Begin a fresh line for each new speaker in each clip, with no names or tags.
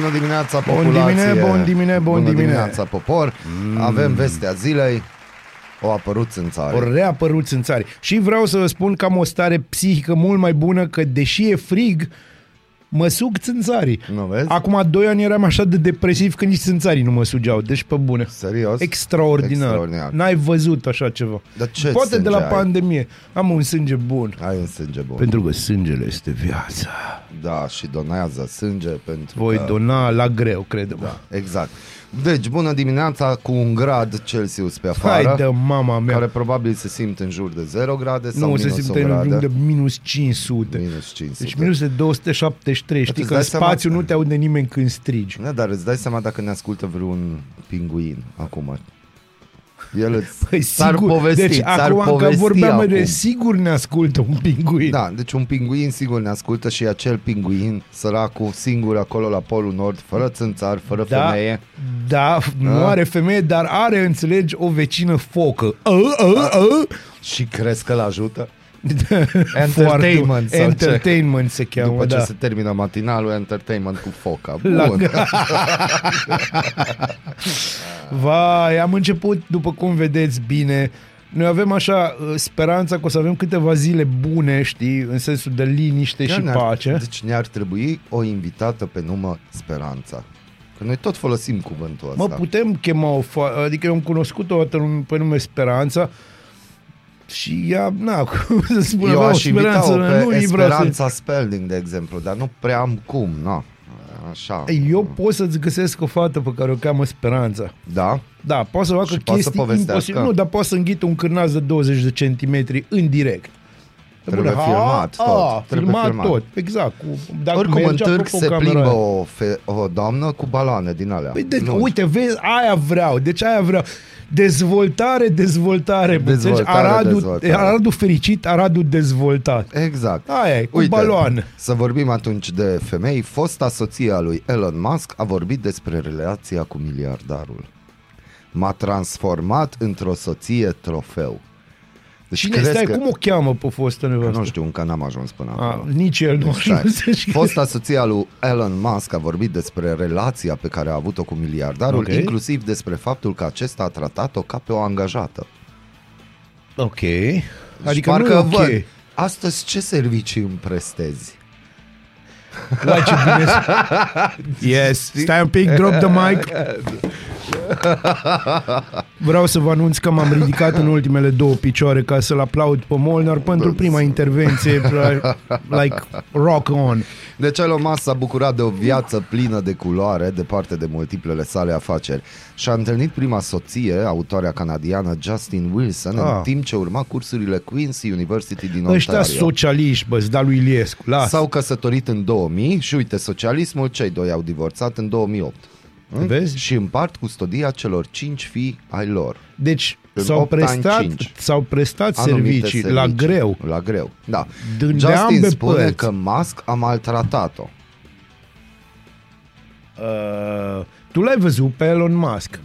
Bună dimineața,
Bun
populație.
dimine, bun dimine, bun
Bună
dimine. Mm.
dimineața, popor. Avem vestea zilei. O apărut în țară.
Au reapărut în țari. Și vreau să vă spun că am o stare psihică mult mai bună, că deși e frig, mă sug țânțarii.
Nu vezi?
Acum 2 ani eram așa de depresiv că nici țânțarii nu mă sugeau, deci pe bune.
Serios?
Extraordinar.
Extraordinar.
N-ai văzut așa ceva.
Dar ce
Poate de
sânge
la
ai?
pandemie. Am un sânge bun.
Ai în sânge bun.
Pentru că sângele este viața.
Da, și donează sânge pentru
Voi
că...
dona la greu, credem. Da.
Exact. Deci, bună dimineața cu un grad Celsius pe afară.
Hai de mama mea.
care probabil se simt în jur de 0 grade sau
nu,
minus
se simte în jur de minus 500.
Minus 500.
Deci minus de 273, știi
îți
că în
dai seama-
spațiu nu te aude nimeni când strigi.
Da, dar îți dai seama dacă ne ascultă vreun pinguin acum. El îți...
Păi
ți-ar
sigur,
povesti,
deci
ți-ar
acum că
povesti
vorbeam
acum.
de sigur ne ascultă un pinguin.
Da, deci un pinguin sigur ne ascultă și acel pinguin săracul singur acolo la Polul Nord, fără țânțar, fără
da,
femeie.
da nu
A?
are femeie, dar are, înțelegi, o vecină focă. Ă, A, a,
Da.
a.
Și crezi că-l ajută?
Foarte-
Entertainment sau ce?
entertainment se cheamă,
După
da.
ce se termină matinalul, entertainment cu foca. Bun.
La- Vai, am început, după cum vedeți, bine. Noi avem așa uh, speranța că o să avem câteva zile bune, știi, în sensul de liniște
Chiar
și
ne-ar-
pace.
Deci ne-ar trebui o invitată pe numă Speranța. Că noi tot folosim cuvântul ăsta.
Mă, putem chema o fa- adică eu am cunoscut o dată num- pe nume Speranța și ea, na, cum să spun,
Eu
avea o
aș invita-o
speranță,
pe
nu îi vreau să-
Speranța Spelling, de exemplu, dar nu prea am cum, na. Așa.
Eu pot să-ți găsesc o fată pe care o cheamă Speranța.
Da?
Da, poate să facă
Și poate să
chestii
povestească.
imposibile. Nu, dar poate să înghită un cârnaț de 20 de centimetri în direct.
Trebuie
ha,
filmat tot.
A,
Trebuie
filmat,
filmat.
tot, exact. Cu, dacă
Oricum în
merge,
târg
apropo,
se
camera
plimbă
aia.
o, fe- o doamnă cu balane din alea.
Păi de,
Nu.
uite, vezi, aia vreau, deci aia vreau. Dezvoltare, dezvoltare.
Dezvoltare,
înțelegi? Aradul,
dezvoltare.
Aradul fericit, Aradul dezvoltat.
Exact.
Aia e, cu baloane.
Să vorbim atunci de femei. Fosta soție a lui Elon Musk a vorbit despre relația cu miliardarul. M-a transformat într-o soție trofeu. Deci
Cine
crezi
stai,
că...
cum o Ah. cheamă pe fostă nevastă?
Nu știu, încă n-am ajuns până
A,
acolo.
nici el nu
Stai.
ajunge și-
Fosta soție a lui Elon Musk a vorbit despre relația pe care a avut-o cu miliardarul,
Ok.
inclusiv despre faptul că acesta a tratat-o ca pe o angajată.
Ok.
Deci
Adică
parcă
nu e ok.
văd, astăzi ce servicii îmi prestezi?
Uai, ce bine Yes, stai un pic, drop the mic. Vreau să vă anunț că m-am ridicat în ultimele două picioare ca să-l aplaud pe Molnar pentru prima intervenție, like rock on.
Deci Elon Musk s-a bucurat de o viață plină de culoare, departe de multiplele sale afaceri. Și-a întâlnit prima soție, autoarea canadiană Justin Wilson, ah.
Ah.
în timp ce urma cursurile Queen's University din
Ăștia
Ontario.
socialiști, bă, da lui Iliescu, las.
S-au căsătorit în 2000 și uite, socialismul, cei doi au divorțat în 2008. Mm?
Vezi?
Și împart custodia celor cinci fii ai lor.
Deci
În
s-au
opt ani,
prestat,
cinci.
s-au prestat
Anumite
servicii, la greu.
La greu, da.
Din- de
Justin
ambe
spune
părți.
că Musk a maltratat-o.
Uh, tu l-ai văzut pe Elon Musk.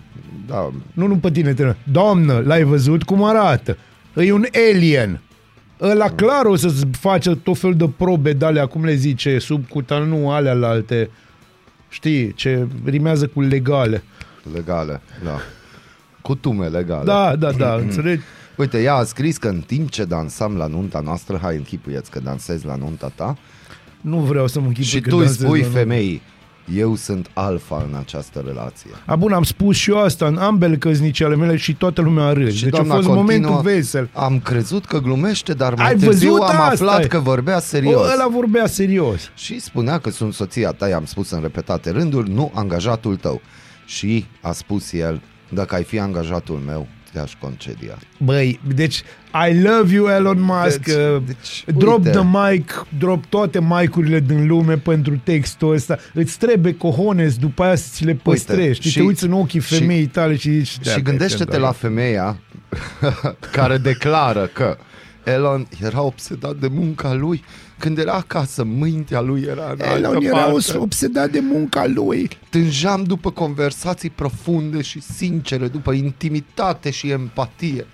Da,
Nu, nu pe tine, tână. Doamnă, l-ai văzut cum arată? E un alien. Ăla clar o să-ți face tot fel de probe de alea, cum le zice, subcutan, nu alea la alte, știi, ce rimează cu legale.
legale, da. Cu tume legale.
Da, da, da, înțelegi?
Uite, ea a scris că în timp ce dansam la nunta noastră, hai închipuieți că dansezi la nunta ta,
Nu vreau să mă închipui
și
că
tu îi
dansez,
spui
dar nu.
femeii, eu sunt alfa în această relație.
A, bun, am spus și eu asta în ambele căznici ale mele și toată lumea a râs.
Și
Deci a
doamna
fost
continuă,
momentul vesel.
Am crezut că glumește, dar mai
Ai
târziu
văzut?
am
Asta
aflat
e.
că vorbea
O,
serios.
ăla vorbea serios.
Și spunea că sunt soția ta, i-am spus în repetate rânduri, nu angajatul tău. Și a spus el, dacă ai fi angajatul meu, te-aș concedia.
Băi, deci, I love you, Elon Musk.
Deci-
uh,
deci,
drop
uite.
the mic, drop toate mic-urile din lume pentru textul ăsta. Îți trebuie cojones după aia să ți le păstrezi. Uite, și,
și-
te uiți în ochii
și-
femeii tale și zici... "Da,
și
că
gândește-te
ce-am
la
dat."
femeia care declară că Elon era obsedat de munca lui când era acasă, mâintea lui era în
Elon
altă
era
parte.
obsedat de munca lui.
Tânjam după conversații profunde și sincere, după intimitate și empatie.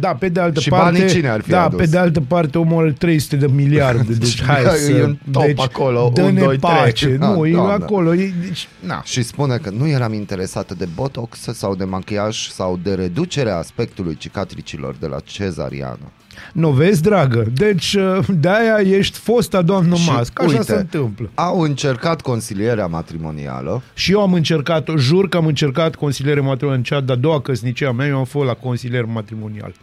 Da, pe de altă
Și
parte...
banii cine ar fi
Da,
adus?
pe de altă parte omul are 300 de miliarde, deci hai
e
să...
în top
deci,
acolo, un,
dă-ne
doi, trei.
pace.
Da,
nu, e
doamne.
acolo, e, deci, na.
Și spune că nu eram interesată de botox sau de machiaj sau de reducerea aspectului cicatricilor de la cezariană.
Nu vezi, dragă? Deci, uh, de-aia ești fosta doamnă
Și
Musk. Așa
uite,
se întâmplă.
Au încercat consilierea matrimonială.
Și eu am încercat, jur că am încercat consiliere matrimonială în cea de-a doua căsnicie a mea, eu am fost la consilier matrimonial.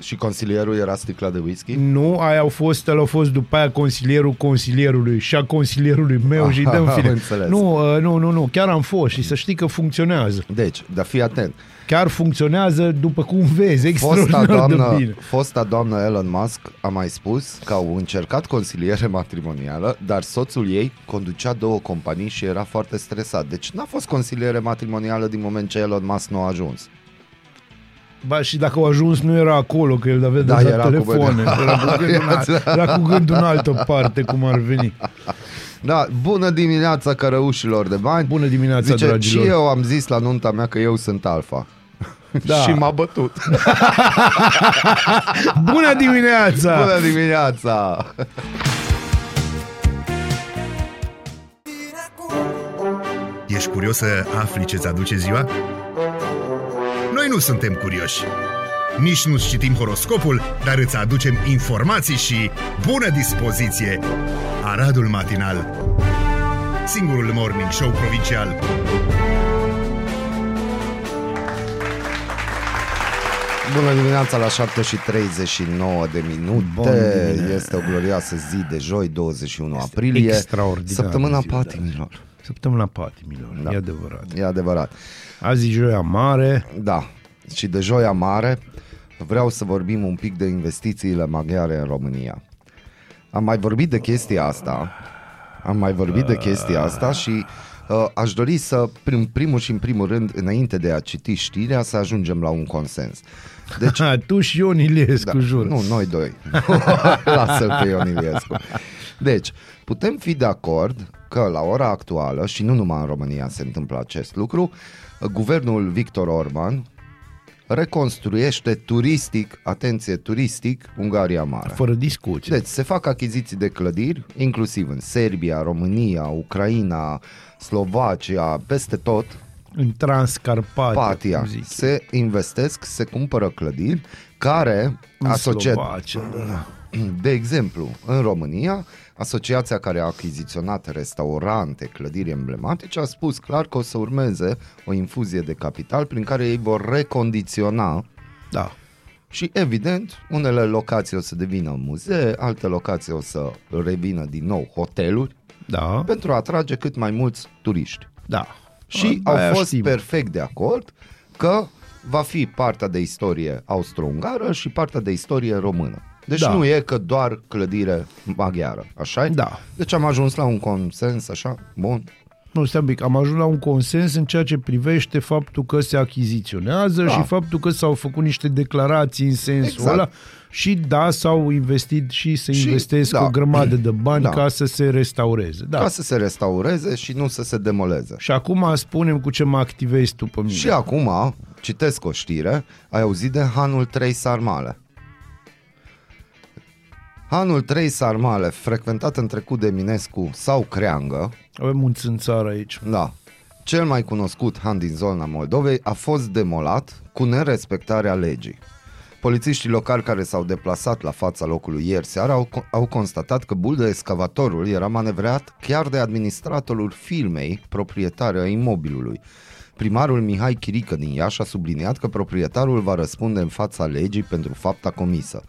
Și consilierul era sticla de whisky?
Nu, aia au fost, el au fost după aia consilierul consilierului și a consilierului meu și dăm
Am
fine.
înțeles.
Nu, uh, nu, nu, nu, chiar am fost și să știi că funcționează.
Deci, dar fii atent.
Chiar funcționează după cum vezi,
Fosta
extraordinar de
doamnă,
bine.
fosta doamnă Elon Musk a mai spus că au încercat consiliere matrimonială, dar soțul ei conducea două companii și era foarte stresat. Deci n-a fost consiliere matrimonială din moment ce Elon Musk nu a ajuns.
Ba, și dacă au ajuns, nu era acolo, că el avea
Da,
deja
era cu
telefoane. Era
vedea.
cu, gândul în, al- era cu gândul în altă parte, cum ar veni.
Da, bună dimineața cărăușilor de bani.
Bună dimineața,
Zice,
dragilor.
și eu am zis la nunta mea că eu sunt alfa.
Da.
și m-a bătut.
Bună dimineața!
Bună dimineața!
Ești curios să afli ce-ți aduce ziua? Noi nu suntem curioși. Nici nu citim horoscopul, dar îți aducem informații și bună dispoziție! Aradul Matinal Singurul Morning Show Provincial
Bună dimineața la 7 și 39 de minute.
Bună dimineața.
Este o glorioasă zi de joi, 21 aprilie.
extraordinară
Săptămâna
zi, da.
patimilor.
Săptămâna patimilor, da. e adevărat.
E adevărat.
Azi e joia mare.
Da. Și de joia mare vreau să vorbim un pic de investițiile maghiare în România. Am mai vorbit de chestia asta. Am mai vorbit de chestia asta și uh, aș dori să, în primul și în primul rând, înainte de a citi știrea, să ajungem la un consens. Deci,
Ha, tu și Ion Iliescu, da. jur.
Nu, noi doi. Lasă-l pe Ion Iliescu. Deci, putem fi de acord că la ora actuală, și nu numai în România se întâmplă acest lucru, guvernul Victor Orban reconstruiește turistic, atenție, turistic, Ungaria Mare.
Fără discuție.
Deci se fac achiziții de clădiri, inclusiv în Serbia, România, Ucraina, Slovacia, peste tot,
În Transcarpatia,
Patia.
cum zic.
Se investesc, se cumpără clădiri care
În
asociat,
Slovacia, da.
de exemplu, în România, asociația care a achiziționat restaurante, clădiri emblematice, a spus clar că o să urmeze o infuzie de capital prin care ei vor recondiționa
da.
și, evident, unele locații o să devină muzee, alte locații o să revină din nou hoteluri
Da,
pentru a atrage cât mai mulți turiști.
da.
Și
Da, aia
au fost
știm.
perfect de acord că va fi partea de istorie austro-ungară și partea de istorie română. Deci
Da.
da. nu e că doar clădire maghiară, așa
Da.
Deci am ajuns la un consens așa, bun.
Nu, stai un pic, am ajuns la un consens în ceea ce privește faptul că se achiziționează da.
Da.
și faptul că s-au făcut niște declarații în sensul exact.
Exact.
ăla și da, s-au investit și se
Și,
investesc
da.
o grămadă de bani da.
Da.
ca să se restaureze. Da.
Da. Ca să se restaureze și nu să se demoleze.
Și acum spunem cu ce mă activezi tu pe mine.
Și acum, citesc o știre, ai auzit de Hanul 3 Sarmale. Hanul 3 Sarmale, frecventat în trecut de Minescu sau Creangă,
Avem un țânțar aici.
Da. Cel mai cunoscut han din zona Moldovei a fost demolat cu nerespectarea legii. Polițiștii locali care s-au deplasat la fața locului ieri seara au, co- au constatat că bulde excavatorul era manevrat chiar de administratorul firmei proprietară a imobilului. Primarul Mihai Chirică din Iași a subliniat că proprietarul va răspunde în fața legii pentru fapta comisă.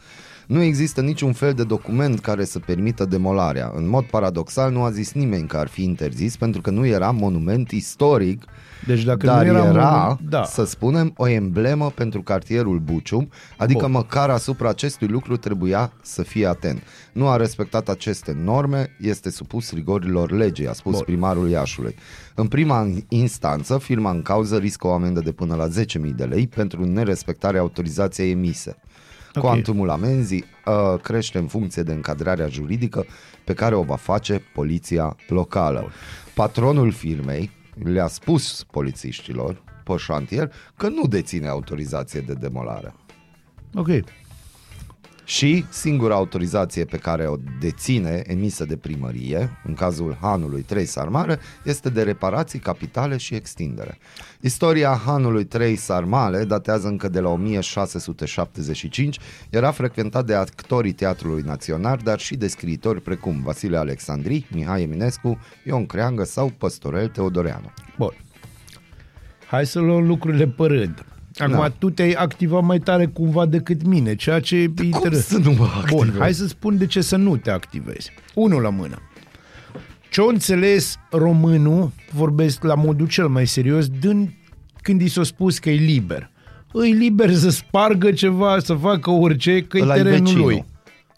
Nu există niciun fel de document care să permită demolarea. În mod paradoxal, nu a zis nimeni că ar fi interzis pentru că nu era monument istoric,
Deci dacă
dar
nu era,
era
moment, da.
să spunem, o emblemă pentru cartierul Bucium, adică
Bun.
măcar asupra acestui lucru trebuia să fie atent. Nu a respectat aceste norme, este supus rigorilor legii, a spus
Bun.
primarul Iașului. În prima instanță, firma în cauză riscă o amendă de până la 10.000 de lei pentru nerespectarea autorizației emise.
Ok.
Cuantumul amenzii uh, crește în funcție de încadrarea juridică pe care o va face poliția locală. Patronul firmei le-a spus polițiștilor pe șantier că nu deține autorizație de demolare.
Ok.
Și singura autorizație pe care o deține, emisă de primărie, în cazul Hanului 3 Sarmale, este de reparații capitale și extindere. Istoria Hanului 3 Sarmale datează încă de la 1675, era frecventat de actorii Teatrului Național, dar și de scriitori precum Vasile Alexandri, Mihai Eminescu, Ion Creangă sau Păstorel Teodoreanu.
Bun. Hai să luăm lucrurile pe rând. Acum
Da.
da. tu te-ai activat mai tare cumva decât mine, ceea ce e interes-
să nu mă activez?
Bun, hai să spun de ce să nu te activezi. Unul la mână. Ce o înțeles românul, vorbesc la modul cel mai serios, din când i s-a spus că e liber. Îi liber să spargă ceva, să facă orice, că e
Ăla-i
terenul
vecinul.
lui.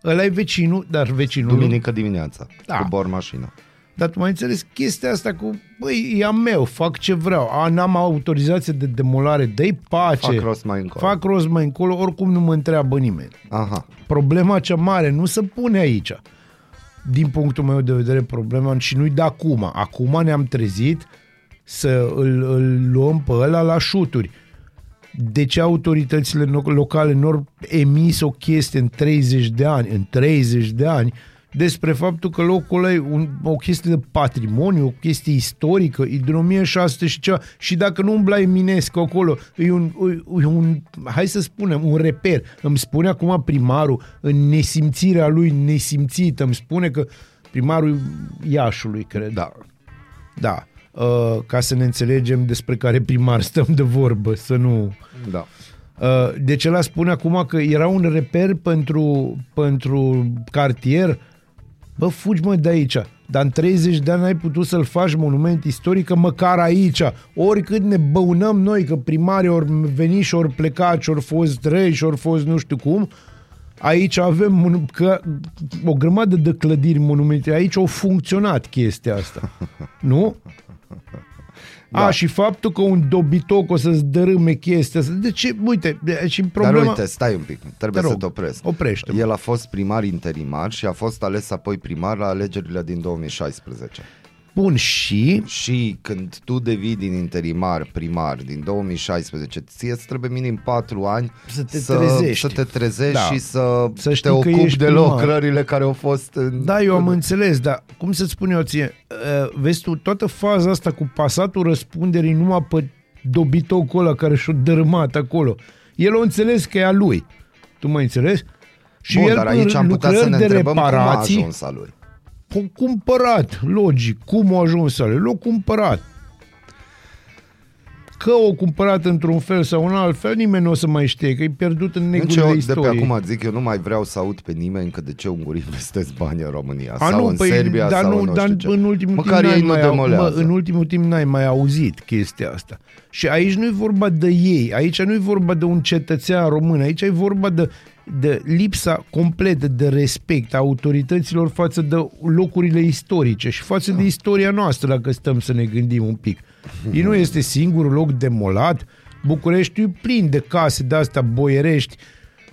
Ăla e vecinul, dar vecinul
Duminică dimineața,
Da.
da. cu bor mașină.
dar tu mai înțeles chestia asta cu, băi, e a meu, fac ce vreau, a, n-am autorizație de demolare, dă pace.
Fac rost mai încolo.
Fac rost mai încolo, oricum nu mă întreabă nimeni.
Aha.
Problema cea mare nu se pune aici. Din punctul meu de vedere, problema și nu-i de acum. Acum ne-am trezit să îl, îl luăm pe ăla la șuturi. De ce autoritățile no- locale nu au emis o chestie în 30 de ani, în 30 de ani, despre faptul că locul ăla e un, o chestie de patrimoniu, o chestie istorică, e din 1600 și ceva, și dacă nu umbla Eminescu acolo, e un, e un, hai să spunem, un reper. Îmi spune acum primarul, în nesimțirea lui nesimțită, îmi spune că primarul Iașului, cred, da, da, uh, ca să ne înțelegem despre care primar stăm de vorbă, să nu...
Da.
Uh, Deci ăla spune acum că era un reper pentru, pentru cartier. Bă, fugi mă de aici. Dar în 30 de ani ai putut să-l faci monument istoric, că măcar aici. Oricât ne băunăm noi că primarii ori veni și ori pleca, și ori fost răi, și ori fost nu știu cum, aici avem monu- că, o grămadă de clădiri monumente. Aici au funcționat chestia asta. Nu? Da. A, și faptul că un dobitoc o să-ți dărâme chestia asta. De ce? Uite, de- și problema...
Dar uite, stai un pic, trebuie
Te
să
rog,
te opresc.
oprește-mă.
El a fost primar interimar și a fost ales apoi primar la alegerile din 2016.
Bun, și...
Și când tu devii din interimar primar din 2016, ție îți trebuie minim 4 ani
Să te trezești.
să te trezești
Da.
și să,
Să știi
te
că
ocupi
ești
de
primar.
lucrările care au fost în...
Da, eu am înțeles, dar cum să-ți spun eu ție? Uh, Vezi tu, toată faza asta cu pasatul răspunderii numai pe dobitocul ăla care și-a dărâmat acolo. El o înțeles că e a lui. Tu mă înțelegi? Și
Bun,
el
dar
cu
aici am putea să
lucrări
ne
de
întrebăm cum a
reparații,
ajuns a lui.
O cumpărat, logic. Cum a ajuns ale? L-a cumpărat. Că o cumpărat într-un fel sau un alt fel, nimeni nu o să mai știe, că e pierdut în
Deci
negurile
eu de pe
istoriei.
acum zic, eu nu mai vreau să aud pe nimeni că de ce ungurii investesc bani în România
A,
sau
nu,
în
păi,
Serbia
dar
sau
nu,
nu
dar
știu ce.
în ultimul
Măcar
timp n-ai
ei nu
mai au- mă,
demolează.
în ultimul timp n-ai mai auzit chestia asta. Și aici nu e vorba de ei, aici nu e vorba de un cetățean român, aici e vorba de, de lipsa completă de respect a autorităților față de locurile istorice și față de istoria noastră, dacă stăm să ne gândim un pic. Ei nu este singurul loc demolat, Bucureștiul e plin de case de-astea boierești,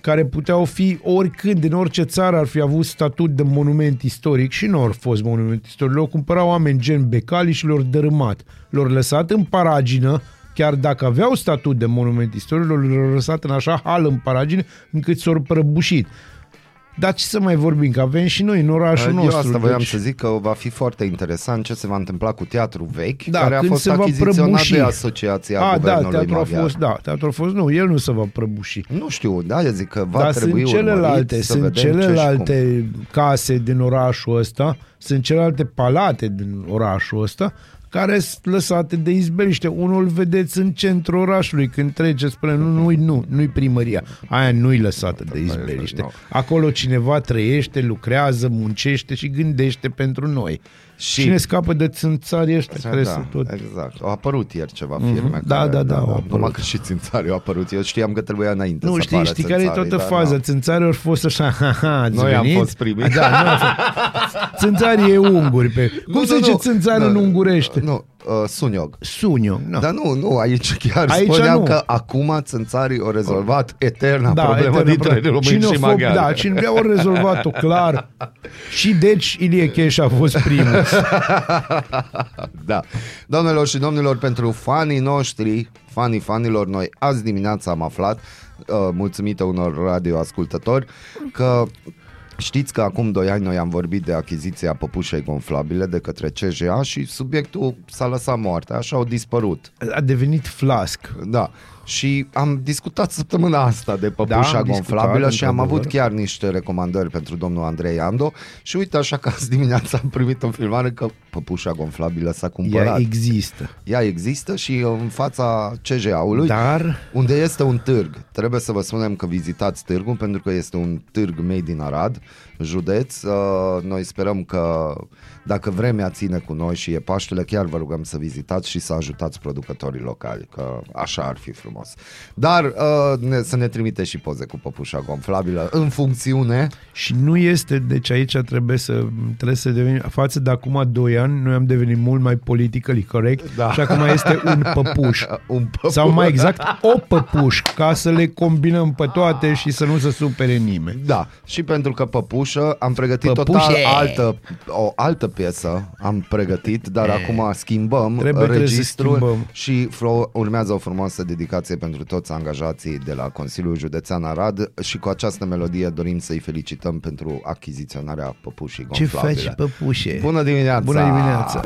care puteau fi oricând, în orice țară ar fi avut statut de monument istoric și nu au fost monument istoric. Le-au cumpărat oameni gen Becali și le-au dărâmat. Le-au lăsat în paragină, chiar dacă aveau statut de monument istoric, le-au lăsat în așa hal în paragină încât s-au prăbușit. Dar ce să mai vorbim, că avem și noi în orașul
Eu
nostru. deci-
asta voiam Adică, să zic că va fi foarte interesant ce se va întâmpla cu teatru vechi,
da,
care a
când
fost
se va
achiziționat
prăbuși.
de Asociația
a, da,
Guvernului
teatrul a
Maghiar.
fost, da, teatrul a fost, nu, el nu se va prăbuși.
Nu știu, da, eu zic că va
Dar
trebui
sunt celelalte,
urmărit să
sunt
vedem ce și cum.
celelalte case din orașul ăsta, sunt celelalte palate din orașul ăsta care sunt lăsate de izbeliște. Unul vedeți în centrul orașului când treceți spre nu, nu, nu, nu-i primăria. Aia nu-i lăsată de izbeliște.
nu.
Acolo cineva trăiește, lucrează, muncește și gândește pentru noi.
Și- Da,
Și Cine scapă de țânțarii ăștia care sunt tot...
Exact. Au apărut ieri ceva firme.
Da,
care,
da, da, au
Numai
apărut.
că și țințarii au apărut. Eu știam că trebuia înainte
Nu,
să
știi,
apară
știi care e
țânțarii,
toată
dar
faza.
n-au.
Țânțarii ori fost așa, ha, ha, ați
Noi am
venit?
fost primii.
Da, noi am fost. Țânțarii e unguri. Pe... Cum
Nu,
se
nu,
zice
nu.
țânțar
Da,
în ungurește?
Nu, uh, suniog.
Suniu. No.
Dar nu, nu, aici chiar aici
Aici
spuneam
nu.
nu. că acum țânțarii au rezolvat eterna da, problemă
eternă
dintre
problemă.
români
cine
și
o fă,
maghiari.
Da, cine vrea o rezolvat-o, clar. Și deci Ilie Cheș a fost primul.
Da. Doamnelor și domnilor, pentru fanii noștri, fanii fanilor, noi azi dimineața am aflat, uh, mulțumită unor radioascultători, că știți că acum 2 ani noi am vorbit de achiziția păpușei gonflabile de către CJA și subiectul s-a lăsat moarte, așa au dispărut.
A devenit flasc.
Da. Și am discutat săptămâna asta de
am
păpușa da,
discutat,
gonflabilă și am
într-adevăr.
avut chiar niște recomandări pentru domnul Andrei Ando și uite așa că azi dimineața am primit o filmare că păpușa gonflabilă s-a
Ea
cumpărat.
există.
Ea există și în fața CJA-ului,
Dar
unde este un târg. Trebuie să vă spunem că vizitați târgul, pentru că este un târg made din Arad, județ. Uh, Noi sperăm că dacă vremea ține cu noi și e Paștele, chiar vă rugăm să vizitați și să ajutați producătorii locali, că așa ar fi frumos. Dar uh, ne, să ne trimite și poze cu păpușa gonflabilă în funcțiune.
Și nu este, deci aici trebuie să, trebuie să devenim, față de acum 2 ani, noi am devenit mult mai politically correct
Da.
da. și acum este un păpuș.
Un păpuș.
Sau mai exact, o păpuș, ca să le combinăm pe toate și să nu se supere nimeni.
Da, și pentru că păpușă am pregătit
Păpușe!
total altă, o altă piesă, am pregătit, dar acum schimbăm
Trebuie, trebuie să
registrul
schimbăm.
și Flo, urmează o frumoasă dedicație pentru toți angajații de la Consiliul Județean Arad și cu această melodie dorim să-i felicităm pentru achiziționarea păpușii
Ce
gonflabile.
faci, păpușe?
Bună dimineața!
da. Bună dimineața!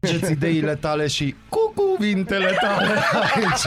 Ceți ideile tale și cu cuvintele tale aici.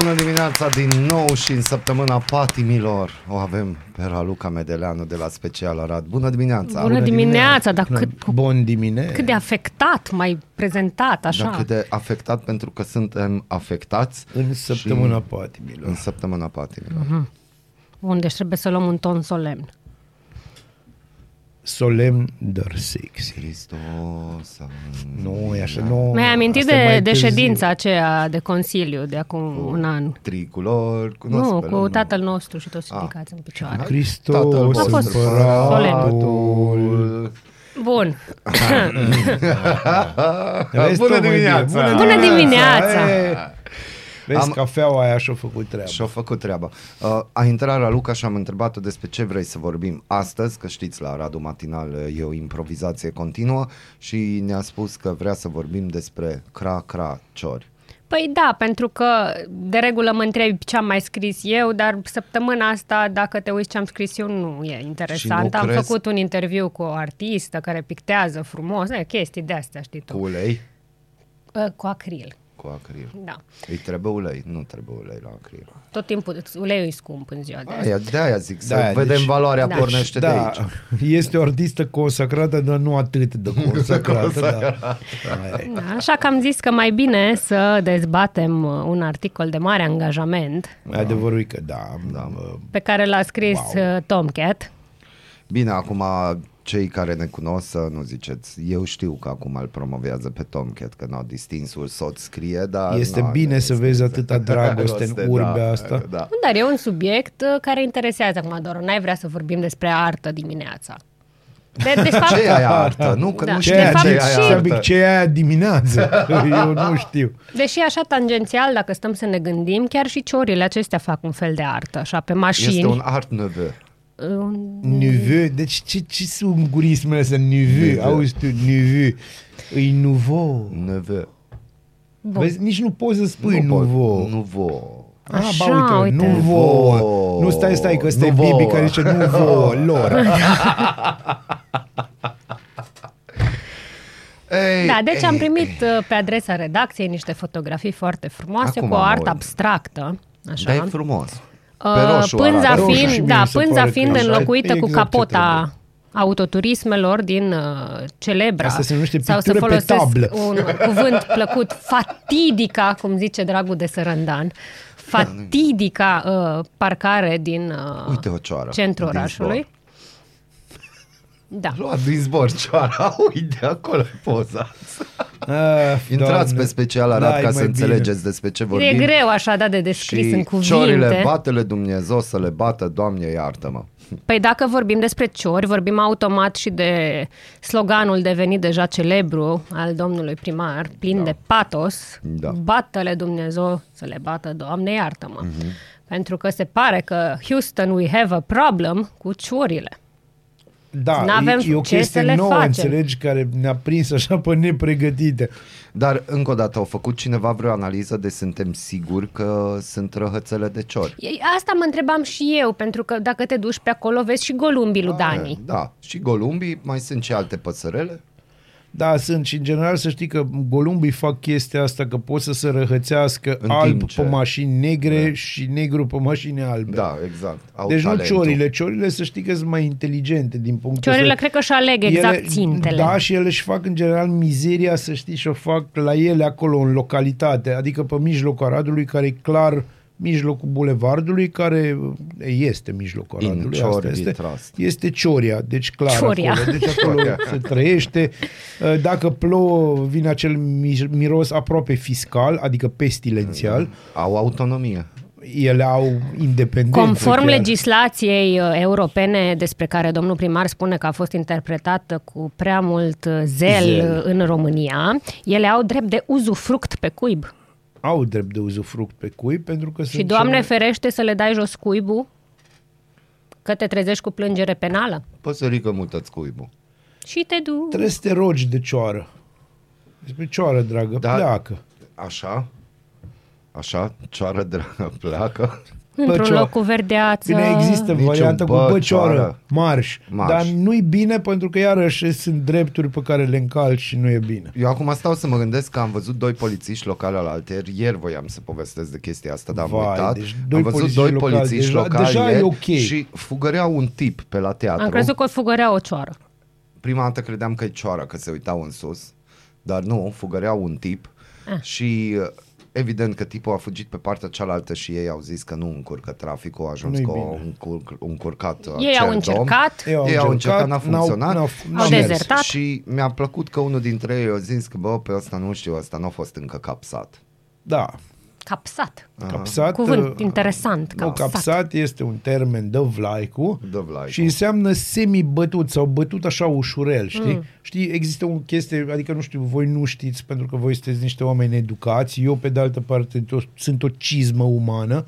Bună dimineața din nou și în săptămâna patimilor o avem pe Raluca Medeleanu de la Special Arad. Bună dimineața!
Bună dimineața, dar
Bună-
cât,
Bun dimine.
cât de afectat mai prezentat așa.
Dar cât de afectat pentru că suntem afectați
În săptămâna
și... în
patimilor.
săptămâna
Mm.
patimilor.
Bun, deci trebuie să luăm un ton solemn.
Oh,
Solemn, dar sexy.
Hristos a
Nu, e așa, nu.
Mi-ai amintit
asta e
de,
mai
de
târziu.
ședința aceea de consiliu de acum
Oh.
un an.
tricolor,
Nu,
cunosc pe
cu
lume.
tatăl nostru și toți
Ah.
ridicați în picioare.
Tatăl
Hristos,
vostru,
fost
împăratul.
Bun,
Vezi
Bună
tu, mă,
dimineața!
Bună
Bună dimineața!
E, Vezi,
Am-
Am... cafeaua aia și-a făcut treaba.
Și-a făcut treaba. Uh, a intrat la Luca și am întrebat-o despre ce vrei să vorbim astăzi, că știți, la Radu Matinal uh, e o improvizație continuă și ne-a spus că vrea să vorbim despre cra-cra ciori.
Păi da, pentru că de regulă mă întreb ce am mai scris eu, dar săptămâna asta, dacă te uiți ce am scris eu, nu e interesant.
nu
Am
crezi-
făcut un interviu cu o artistă care pictează frumos, e, chestii de astea, știi tu.
Cu ulei?
Cu, cu acril,
Cu acril.
da.
Îi trebuie ulei, nu trebuie ulei la acril.
Tot timpul, uleiul e scump în ziua de azi.
Aia, de aia zic, să
Da,
vedem
deci-
valoarea
Da.
pornește de aici.
este o artistă consacrată, dar nu atât de consacrată. da. Aia e.
Da, așa că am zis că mai bine să dezbatem uh, un articol de mare angajament
Adevărul e că da. da. mă,
pe care l-a scris wow. Tomcat.
Bine, acum cei care ne cunosc să nu ziceți, eu știu că acum îl promovează pe Tomcat, că n-au distinsul, soț scrie, dar...
Este
n-au
bine să
distinsul.
vezi atâta dragoste în urbea
exact. da,
asta.
Da.
Dar e un subiect uh, care interesează acum, doar n-ai vrea să vorbim despre artă dimineața. De, de fapt,
Ce e aia artă? Nu, că
Da.
nu
Și
știu
de
ce
fapt
e
și-
aia
ce,
artă.
ce e aia dimineață? Eu nu știu.
deși așa tangențial, dacă stăm să ne gândim, chiar și ciorile acestea fac un fel de artă, așa, pe mașini.
Este un art nouveau.
un...
Nuveu, deci ce, ce sunt ungurismele astea? Nuveu, auzi tu, nuveu. E nouveau.
Nouveau.
Bun.
Vezi, nici nu poți să spui
Nu pot-
Păi nouveau.
Nouveau.
Ah,
Așa,
ba uite,
uite.
nu vouă.
Vouă.
Nu stai, stai, că ăsta e
Nu vouă.
Bibi care zice nu vouă, lor.
Ei,
Da, deci
ei,
am primit uh, pe adresa redacției niște fotografii foarte frumoase
Acum
cu o
mă
artă
uit.
abstractă. Așa.
Dar e frumos. Pe
Uh,
roșu,
pânza
arată.
roșu și
fiind,
mie
da,
mi se
pânza
pare că
fiind
așa e
înlocuită cu
exact ce
capota autoturismelor din uh, celebra.
Asta se numește
Sau să
pictură pe
folosesc
tablă.
un cuvânt plăcut, fatidica, cum zice dragul de Sărândan, fatidica uh, parcare din uh,
Uite o cioară
centrul
din
orașului. Da.
Luat din zbor cioara, uite, acolo e poza.
Ah,
Intrați
Doamne.
pe special Arad
Dai,
ca
mă,
să
bine.
înțelegeți despre ce vorbim.
E greu așa da, de descris în
și
cuvinte.
ciorile batele Dumnezeu să le bată, Doamne iartă-mă.
Păi dacă vorbim despre ciori, vorbim automat și de sloganul devenit deja celebru al domnului primar, plin da. de patos,
Da.
bată-le Dumnezeu să le bată, Doamne iartă-mă. Pentru că se pare că Houston, we have a problem cu ciorile.
Da,
N-avem
e, e o
ce
chestie
să le
nouă,
facem.
înțelegi, care ne-a prins așa pe nepregătite.
Dar, încă o dată, au făcut cineva vreo analiză de suntem siguri că sunt răhățele de ciori.
Ei, Asta mă întrebam și eu, pentru că dacă te duci pe acolo, vezi și golumbii lui Dani.
Da, și golumbii, mai sunt și alte păsărele.
Da, sunt și în general să știi că golumbii fac chestia asta că pot să se răhățească
În
alb
timp ce-
pe mașini negre și negru pe mașini albe.
Da, exact. Au
deci
talentul.
nu ciorile, ciorile să știi că sunt mai inteligente din punctul
Ciorile
ăsta.
cred că și aleg exact țintele.
Deci, Da, și ele își fac în general mizeria, să știi, și o fac la ele acolo în localitate, adică pe mijlocul Aradului, care e clar mijlocul bulevardului, care este mijlocul
In
Aradului.
Ciorbi
este,
Trust.
este Cioria, deci clar
Cioria.
acolo. Deci acolo se trăiește. Uh, Dacă plouă, vine acel mi- miros aproape fiscal, adică pestilențial.
Au autonomie.
Ele au independență.
Conform
chiar.
legislației uh, europene despre care domnul primar spune că a fost interpretată cu prea mult uh, zel,
Zel.
zel. în România, ele au drept de uzufruct pe cuib.
Au drept de uzufruct pe cui, pentru că
Și
sunt
doamne
cele-
ferește să le dai jos cuibul că te trezești cu plângere penală.
Păsărică mută-ți cuibul.
Și te duci.
Trebuie să te rogi de cioară. Despre cioară, dragă,
Da.
da. pleacă.
Așa? Așa? Cioară dragă pleacă?
Într-un
Păcioară.
loc cu verdeață.
Bine, există
Niciun
varianta cu
bă,
bă,
cioară.
cioară, marș.
Marș.
Dar nu-i bine pentru că iarăși sunt drepturi pe care le încalci și nu e bine.
Eu acum stau să mă gândesc că am văzut doi polițiști locali al alter. Ieri voiam să povestesc de chestia asta, dar am
Vai,
uitat.
deci doi
am văzut
polițiști
doi
locali,
polițiști
deja-
locali
deja e
ieri
ok.
și fugăreau un tip pe la teatru.
Am crezut că o fugărea o cioară.
Prima dată credeam că e cioară, că se uitau în sus, dar nu, fugăreau un tip
Ah.
și uh, evident că tipul a fugit pe partea cealaltă și ei au zis că nu încurcă traficul, a ajuns
Nu-i
cu
bine.
un curc, încurcat uh,
Ei au încercat.
Ei au, ei au încercat, n-a funcționat
n-au-
și
n-au
Au
mers.
dezertat.
Și mi-a plăcut că unul dintre ei a zis că bă, pe ăsta nu știu, ăsta n-a fost încă capsat.
Da,
Ah.
Capsat.
capsat.
Cuvânt
uh,
interesant.
nu,
Capsat.
capsat este un termen de vlaicu
Dă vlaicu.
și înseamnă semi-bătut sau bătut așa ușurel, știi? Mm. Știi, există un chestie, adică nu știu, voi nu știți pentru că voi sunteți niște oameni educați, eu pe de altă parte to- sunt o cizmă umană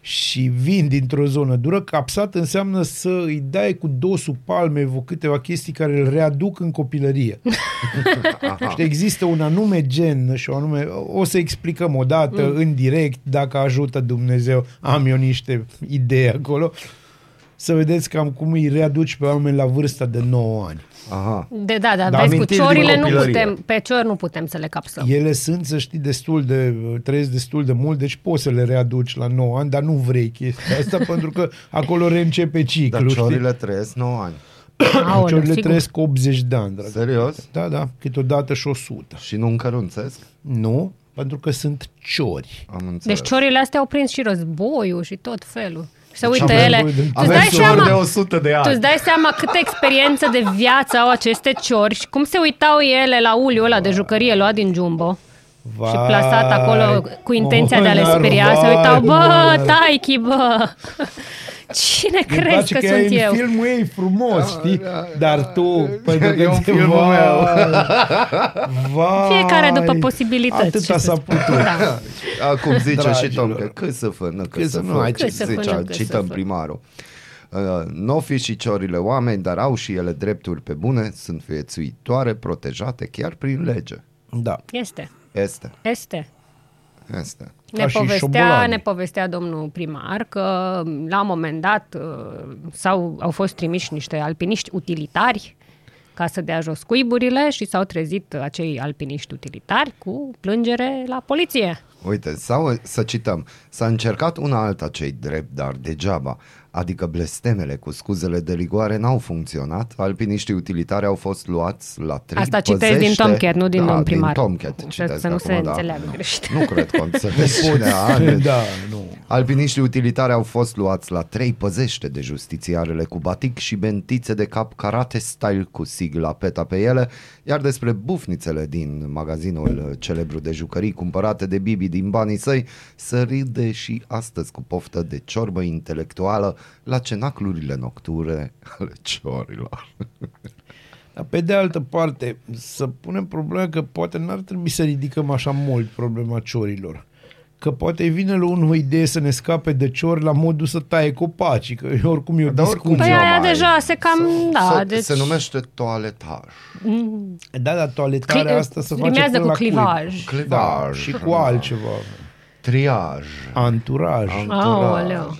și vin dintr-o zonă dură, capsat înseamnă să îi dai cu dosul palme vă câteva chestii care îl readuc în copilărie. Știi, există un anume gen și o anume... O să explicăm odată, mm. în direct, dacă ajută Dumnezeu. Am eu niște idei acolo. Să vedeți cam cum îi readuci pe oameni la vârsta de 9 ani.
Aha.
De, da, da,
Dar
vezi, cu
amintiri din
ciorile nu
copilărie.
putem, pe ciori nu putem să le capsăm.
Ele sunt, să știi, destul de... trăiesc destul de mult, deci poți să le readuci la 9 ani, dar nu vrei chestia asta pentru că acolo reîncepe
Dar
ciclul, știi?
ciorile trăiesc 9 ani.
Aoleu,
Ciorile
sigur.
trăiesc 80 de ani, dragă.
Serios?
Da, da, câteodată și 100.
Și nu încărunțesc?
Nu, pentru că sunt ciori.
Am înțeles.
Deci ciorile astea au prins și războiul și tot felul. Și se uită
avem-
ele.
Deci avem
Tu-ți dai,
surori de
seama,
100 de
tu-ți
ani.
dai seama câtă experiență de viață au aceste ciori și cum se uitau ele la uliul ăla de jucărie luat din jumbo.
Vai,
Și plasat acolo cu intenția de a le
mona,
speria, se
vai,
uitau, bă, taichi, bă, cine
Îmi
crezi că,
că
sunt
e
eu?
în filmul ei frumos,
Da,
știi? Dar tu... păi, pentru că
Eu în
te-
filmul
vai,
meu.
Vai,
Fiecare după posibilități.
Atâta
ce să
s-a
spun.
putut.
Da.
Acum zice și Tom
Dragilor.
că cât să fă, nu, că
Cât
să
să
fă,
faci.
ce
Cât să fă,
zice,
nu,
al-
cât să
cităm
fă.
primarul. Uh, nu fi și ciorile oameni, dar au și ele drepturi pe bune, sunt viețuitoare, protejate chiar prin lege.
da.
Este,
Este.
este.
Este.
Ne
și
povestea,
șobolanii.
ne povestea domnul primar că la un moment dat uh, s-au, au fost trimiși niște alpiniști utilitari ca să dea jos cuiburile și s-au trezit acei alpiniști utilitari cu plângere la poliție.
Uite, sau să cităm, s-a încercat una alta cei drept, dar degeaba, adică blestemele cu scuzele de rigoare n-au funcționat, alpiniștii utilitari au fost luați la trei
Asta citesc din
păzește-
Tomcat, nu din
da,
domn primar.
din Tomcat
Să-
citesc
să nu
acum,
se
da.
înțeleagă
nu,
greșit.
Nu cred că înțelegi ani.
Da, nu.
Alpiniștii utilitari au fost luați la trei păzește de justițiarele cu batic și bentițe de cap karate style cu sigla PETA pe ele, iar despre bufnițele din magazinul celebru de jucării cumpărate de Bibi din banii săi, să râde și astăzi cu poftă de ciorbă intelectuală la cenaclurile nocture ale ciorilor.
Dar pe de altă parte, să punem problema că poate n-ar trebui să ridicăm așa mult problema ciorilor. Că poate vine la unul o idee să ne scape de ciori la modul să taie copacii, că eu oricum eu
Dar
discut.
oricum
Păi
ziua
aia
mai-
deja se cam- da,
se,
deci-
se numește toaletaj.
Da, dar toaletarea
Păi, Cli-
asta se face
Rimează
până
cu
la
clivaj.
cuib. Da,
Clivaj,
și cu
da.
altceva.
Triaj.
Anturaj.
Aoleu.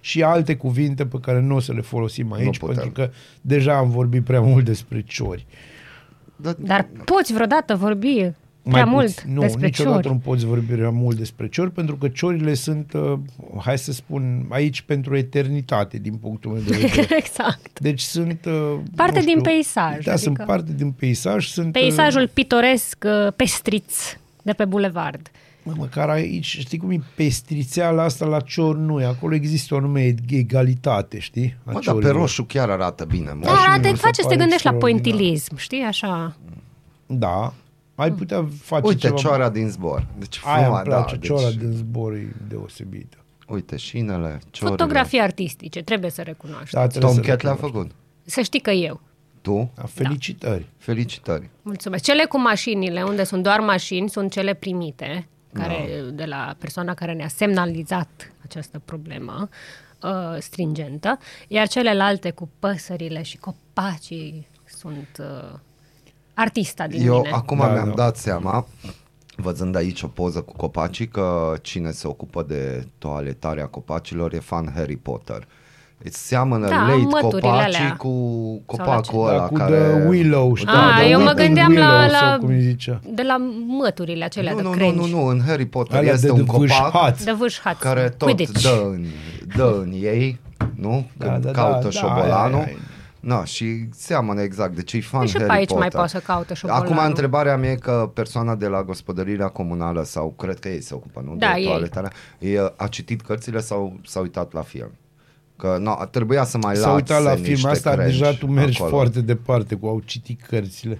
și alte cuvinte pe care nu o să le folosim aici,
putem.
pentru că deja am vorbit prea mult despre ciori.
Da,
Dar poți vreodată vorbi prea mult
puțin- Nu,
despre
niciodată
ciori?
nu poți vorbi prea mult despre ciori, pentru că ciorile sunt, uh, hai să spun, aici pentru eternitate, din punctul meu de vedere.
Exact.
Deci sunt... uh,
Parte
nu știu,
din peisaj,
Da,
adică-
sunt parte din peisaj. Sunt, uh,
Peisajul pitoresc uh, pestriț de pe bulevard.
Mă, măcar aici, știi cum e pestrițeala asta la cior nu e. Acolo există o anume egalitate, știi? A
mă, dar pe
ciorilor.
roșu chiar arată bine. mă.
Da, arată,
mi se
face să te
pare
gândești la
extraordinar.
pointilism, știi, așa.
Da.
Mm.
Ai putea face
Uite,
ceva...
cioara din zbor. Deci
Aia
fruma,
îmi place,
da,
ciora
deci,
din zbor e deosebită.
Uite, șinele, ciorile.
Fotografii artistice, trebuie să recunoști.
Da, trebuie să
Tomcat le-a
recunoști.
făcut.
Să știi că eu.
Tu?
Da, Felicitări.
Felicitări.
Mulțumesc. Cele cu mașinile, unde sunt doar mașini, sunt cele primite care,
Da.
de la persoana care ne-a semnalizat această problemă uh, stringentă, iar celelalte cu păsările și copacii sunt uh, artista din
Eu
mine.
acum
Da,
mi-am
da.
dat seama, văzând aici o poză cu copacii, că cine se ocupă de toaletarea copacilor e fan Harry Potter. Îți seamănă
Da,
late
măturile alea.
copacii cu
Sau
copacul
la
Da,
ăla
cu
care...
The Willow, știi?
A,
The
eu mă
Weeping
gândeam la-
Willow,
la-
Sau cum îi zicea.
De la măturile acelea
Nu,
de
nu, nu,
crengi.
nu, nu, în Harry Potter
Alea
este
de
un copac
vâșhați.
De vâșhați.
care tot
Quidditch.
dă în, dă în ei, nu?
Da,
Când
da, da,
caută
da,
șobolanul.
ai, ai.
Na, și seamănă exact, deci e fan
Păi și pe
Harry
aici mai
Potter.
poate să caute șobolanul.
Acum întrebarea mea e că persoana de la gospodărirea comunală sau cred că ei se ocupă, nu?
Da,
de
ei.
toaletarea. Ei, a citit cățile sau s-a uitat la film? Că no, trebuia să mai
S-a uitat la
lase
film
niște
asta,
crengi
deja tu mergi
acolo.
foarte departe cu au citit cărțile.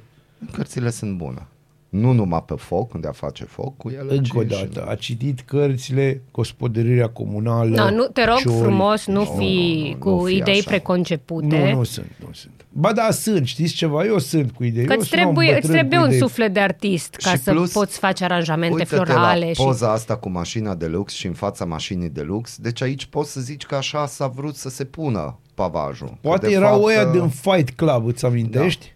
Cărțile sunt bune. Nu numai pe foc, unde a face foc cu ele. ci
Încă o
și-
dată, a citit cărțile, gospodărirea comunală.
Da, nu, te rog
ciori.
frumos, nu
Nu,
fi
nu, nu,
cu
nu fi
idei
așa.
preconcepute.
Nu, nu sunt, nu sunt. Ba da, sunt, știți ceva? Eu sunt cu idei.
Că
Eu
îți
sunt om
trebuie, îți
bătrân
trebuie
cu
un
idei.
suflet de artist ca
Și
să
plus,
poți face aranjamente
Uite-te
florale.
la
și...
poza asta cu mașina de lux și în fața mașinii de lux, deci aici poți să zici că așa s-a vrut să se pună pavajul. Că
Poate
de
erau
fapt,
ăia
uh,
din Fight Club, îți amintești?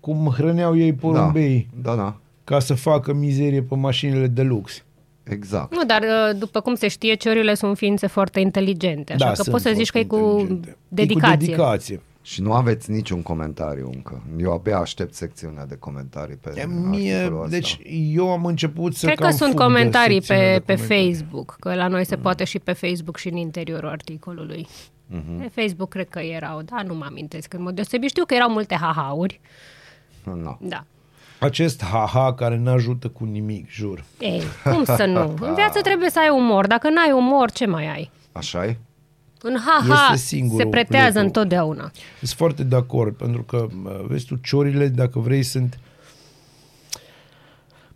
Cum hrăneau ei
da,
porumbei
da, da,
ca să facă mizerie pe mașinile de lux.
exact.
Nu, dar uh, după cum se știe, ciorile sunt ființe foarte inteligente, așa
Da,
că
sunt
poți să zici că e
foarte
cu
inteligente.
dedicație.
E cu dedicație.
Și nu aveți niciun comentariu încă. Eu abia aștept secțiunea de comentarii pe
Mie,
articolul ăsta.
deci eu am început să
Cred că
cam
sunt
fug de
comentarii
secțiunile
pe,
de Mm.
pe
comentarii.
Facebook, că la noi se poate și pe Facebook și în interiorul articolului.
Mhm.
Pe Facebook cred că erau, da, nu mă amintesc în mod deosebit. Știu că erau multe hahauri,
Nu.
da.
Acest haha care nu ajută cu nimic, jur.
Ei, cum să nu?
Da.
În viață trebuie să ai umor. Dacă n-ai umor, ce mai ai?
Așa e?
În haha
Este singurul
se pretează
lucru.
întotdeauna.
Sunt foarte de acord, pentru că, mă, vezi tu, ciorile, dacă vrei, sunt...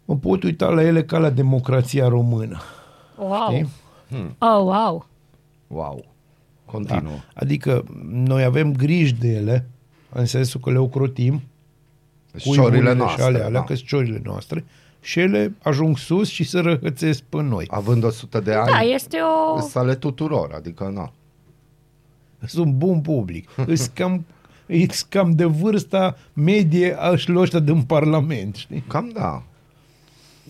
Mă pot uita la ele ca la democrația română.
Wow!
Știi? Hmm.
Oh, wow!
Wow. Continuă.
Adică noi avem griji de ele, în sensul că le ocrotim,
Deci
cu
ciorile
iuburile
noastre.
și alea, alea
da.
că ciorile noastre, și ele ajung sus și se răhățesc pe noi.
Având 100 de ani,
Da, este o...
sunt ale tuturor, adică nu.
Sunt bun public. Îs cam, îs cam de vârsta medie a șloștea din Parlament, știi?
Cam da.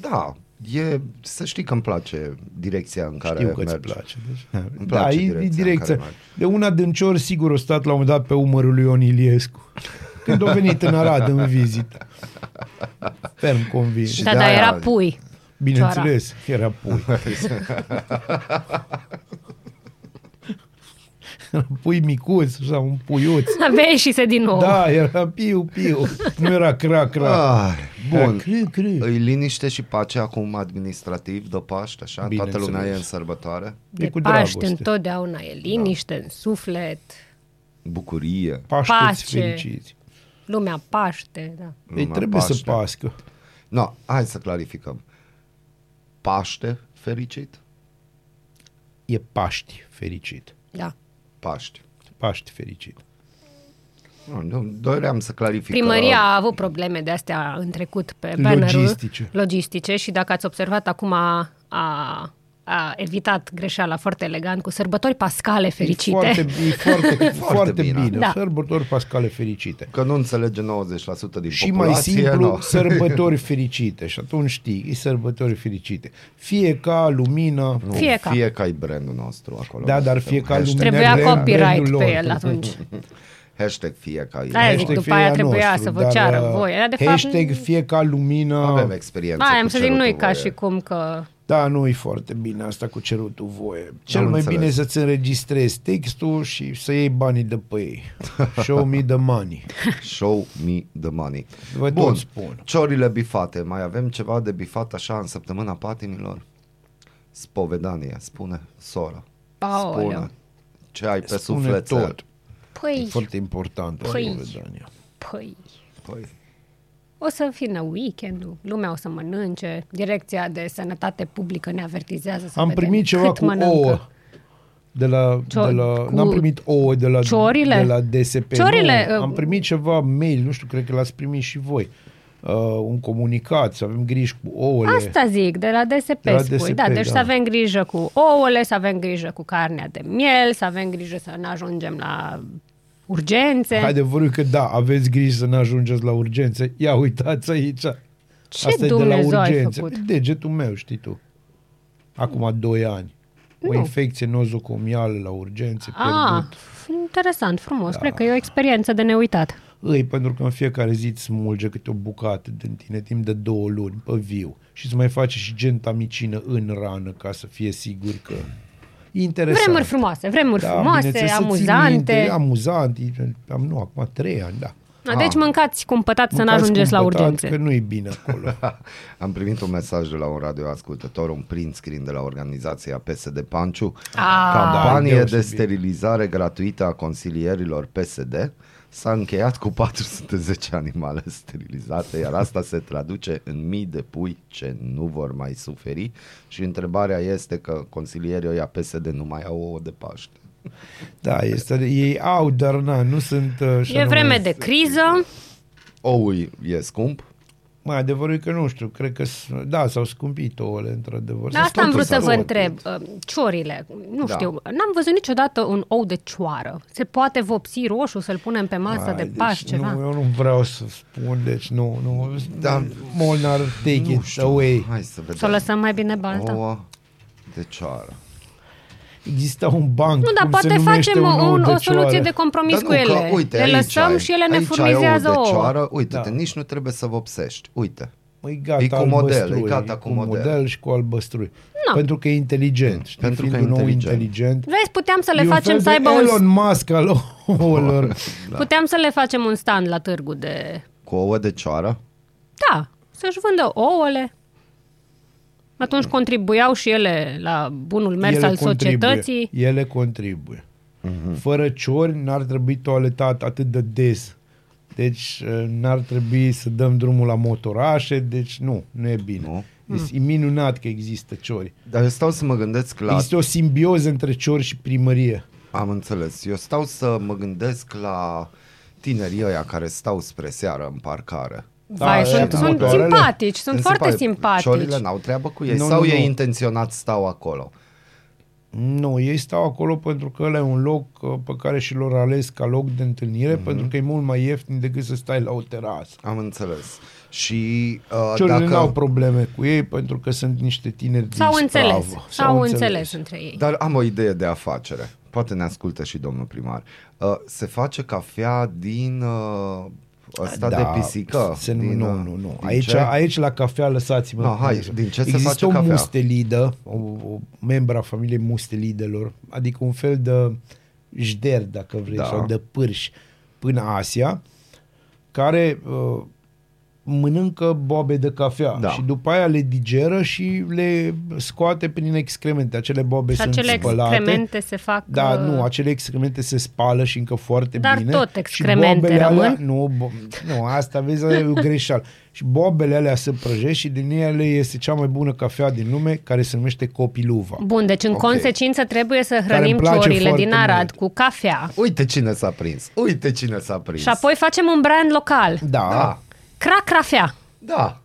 Da, e, să știi că îmi place direcția în care
Știu că îți
mergi.
place. Deci,
Îmi place
da,
direcția
e, e
în
direcția.
care mergi.
De una dâncior, sigur, o stat la un moment dat pe umărul lui Ion Iliescu. Când a venit în Arad în vizită. Ferm convins.
Și
Da,
de-aia-
dar era pui.
Bineînțeles, era pui. Era pui micuț sau un puiuț.
Aveai și se din nou.
Da, era piu, piu. Nu era cra, cra.
Ah, bun.
Era cri, cri.
Îi liniște și pace acum administrativ de Paști, așa? Toată
Bineînțeles.
lumea e în sărbătoare.
De
E cu
Paști
dragoste. Da.
întotdeauna e liniște în suflet,
Bucurie.
Pașteți
Pace.
fericiți.
lumea paște, da.
Ei
Lumea
trebuie să
Paște.
pască.
No, hai să clarificăm. Paște fericit?
E Paști fericit.
da.
Paști.
Paști fericit.
Nu, nu, doream să clarificăm.
Primăria a avut probleme de astea în trecut pe bannerul
Logistice.
logistice și dacă ați observat acum a, a, a evitat greșeala foarte elegant cu sărbători pascale fericite.
E foarte, e foarte, foarte, foarte
bine.
bine. bine.
Da.
Da. Sărbători pascale fericite.
Că nu înțelege 90% din populație.
Și mai simplu,
nu.
sărbători fericite. Și atunci știi, e sărbători fericite. Fie ca lumină,
Nu,
Fie ca.
Fie ca e brandul nostru acolo.
Da, dar
Suntem
fie ca
hashtag-
lumea.
Trebuia
Brand-
copyright
brandul
pe
lor.
el atunci.
Hashtag fie ca e.
Da,
Hashtag-
zic,
hashtag
după
fie
aia
a
trebuia
nostru,
să vă
dar,
ceară
uh,
voie. Dar, de fapt,
hashtag fie ca lumină.
Avem experiență
Aia
cu
am să zic, nu e
cerutul
ca
voie.
și cum că...
Da, nu e foarte bine asta cu cerutul voie. Cel
Am
mai
înțeles.
bine să-ți înregistrezi textul și să iei banii de pe ei. Show me the money.
Show me the money.
Vă tot
Bun,
spun.
ciorile bifate. Mai avem ceva de bifat așa în săptămâna patimilor? Spovedanie, spune sora.
Paolo.
Spune ce ai pe
Spune
suflet.
tot.
ser.
E
Păi,
foarte importantă
Păi.
spovedania.
păi...
Păi,
O să vină weekendul, lumea o să mănânce, direcția de sănătate publică ne avertizează să
Am
vedem
primit ceva
cât
cu
mănâncă.
ouă. De la,
Cio-
de la,
cu
n-am primit ouă de la,
ciorile?
de la DSP.
Ciorile,
Nu,
uh,
am primit ceva mail, nu știu, cred că l-ați primit și voi. Uh, un comunicat, să avem grijă cu ouăle.
Asta zic, de la DSP,
De la
spui.
DSP,
da, deci
da.
să avem grijă cu ouăle, să avem grijă cu carnea de miel, să avem grijă să nu ajungem la urgențe.
Adevărul că da, aveți grijă să nu ajungeți la urgențe. Ia uitați aici.
Ce Dumnezeu ai făcut?
Degetul meu, știi tu. Acum 2 ani. O infecție nozocomială la urgențe,
Ah,
pierdut.
interesant, frumos. Da. Cred că e o experiență de neuitat.
Îi, pentru că în fiecare zi îți smulge câte o bucată din tine timp de două luni pe viu și îți mai face și gentamicină în rană ca să fie sigur că... E Interesant.
Vremuri frumoase, vremuri frumoase,
bineînțeles, să Da, ții
amuzante.
Minte, amuzant, e- am, nu, acum trei ani, da.
Da, deci mâncați cumpătat să nu
Mâncați
ajungeți la
cumpătat,
urgențe.
Că nu e bine acolo.
Am primit un mesaj de la un radioascultător, un print screen de la organizația PSD Panciu.
Ah.
Campanie
Da,
de
deosebit.
sterilizare gratuită a consilierilor PSD s-a încheiat cu 410 animale sterilizate, iar asta se traduce în mii de pui ce nu vor mai suferi și întrebarea este că consilierii ăia PSD nu mai au ouă de Paște.
Da, este, ei au, dar na, nu sunt... uh, și
E
anume-
vreme de criză.
Oul e scump,
Mai adevărul e că nu știu, cred că, s- da, s-au scumpit ouăle, într-adevăr.
Da,
S-au
asta am vrut să
totul
vă
s-a
întreb. Uh, Ciorile, nu
Da.
știu, n-am văzut niciodată un ou de cioară. Se poate vopsi roșu, să-l punem pe masă
Hai,
de da.
deci
Paști, ceva?
Nu, eu nu vreau să spun, deci nu, nu.
Dar-
Dar Molnar, take
nu
it
știu,
away.
hai să vedem.
Să o lăsăm mai bine balta.
Ouă de ceară.
Există un banc.
Nu, dar
cum
poate
se numește
facem
un, ou
un,
de
o soluție
cioară.
de compromis
Dar
cu
nu,
ele.
Că, uite,
Le
aici
lăsăm
ai,
și ele ne
aici
furnizează
ai ouă
ouă.
de ceară, uite-te,
Da.
nici nu trebuie să vopsești, uite.
Păi gata,
E cu model,
albăstrui,
e gata cu model.
și cu albăstrui. No. Pentru că e inteligent. Știi,
Pentru
fiind
că e
un ou
inteligent.
inteligent.
Vezi, puteam să le
E un
facem
fel
să
de
aibă un...
Elon Musk al ouălor.
Puteam să le facem un stand la târgu de...
Cu ouă de ceară?
Da, să-și vândă ouăle. Atunci contribuiau și ele la bunul mers
ele
al
contribuie. Da,
societății.
Ele contribuie.
Mhm.
Fără ciori n-ar trebui toaletat atât de des. Deci eh, n-ar trebui să dăm drumul la motorașe, deci nu, nu e bine.
Nu.
Deci,
Mm.
e minunat că există ciori.
Dar eu stau să mă gândesc la...
Există o simbioză între ciori și primărie.
Am înțeles. Eu stau să mă gândesc la tinerii ăia care stau spre seară în parcare.
Vai,
Da,
sunt,
ăia cu
sunt
motoarele.
simpatici, Deci, sunt, foarte
simpatic.
simpatici.
Ciorile n-au treabă cu ei
Nu,
sau
nu,
ei
nu.
intenționat stau acolo.
Nu, ei stau acolo pentru că ăla e un loc uh, pe care și lor ales ca loc de întâlnire,
Mhm.
mm-hmm. pentru că e mult mai ieftin decât să stai la o terasă.
Am înțeles. Și uh,
Ciorile
dacă...
dacă... n-au probleme cu ei pentru că sunt niște tineri din
S-au înțeles.
Stravă.
S-au înțeles între ei.
Dar am o idee de afacere. Poate ne ascultă și domnul primar. Uh, se face cafea din uh, ăsta da, de pisică.
Se,
din,
din, nu,
uh,
nu, nu.
din
Aici,
ce?
aici la cafea lăsați-mă.
No, hai, din ce se
Există
face
o
cafea?
mustelidă, o, o membra familiei mustelidelor, adică un fel de jder, dacă vrei,
Da.
da. sau de pârș până Asia, care uh, mănâncă boabe de cafea
Da.
da. și după aia le digeră și le scoate prin excremente. Acele boabe
Și
sunt
Deci acele
spălate.
excremente se fac...
Da,
uh,
nu, acele excremente se spală și încă foarte
Dar
bine.
tot
Și
excremente
boabele
rămân?
Alea, nu, bo- nu, asta vezi, e o greșeală. Și boabele alea se prăjește și din ele este cea mai bună cafea din lume care se numește Copiluva.
Bun, deci în
Ok.
okay. consecință trebuie să
îmi
hrănim
place
ciorile
foarte
din Arad
mult.
cu cafea.
Uite cine s-a prins. Uite cine s-a prins.
Și apoi facem un brand local.
Da.
Da,
da.
Cra-crafea.
da.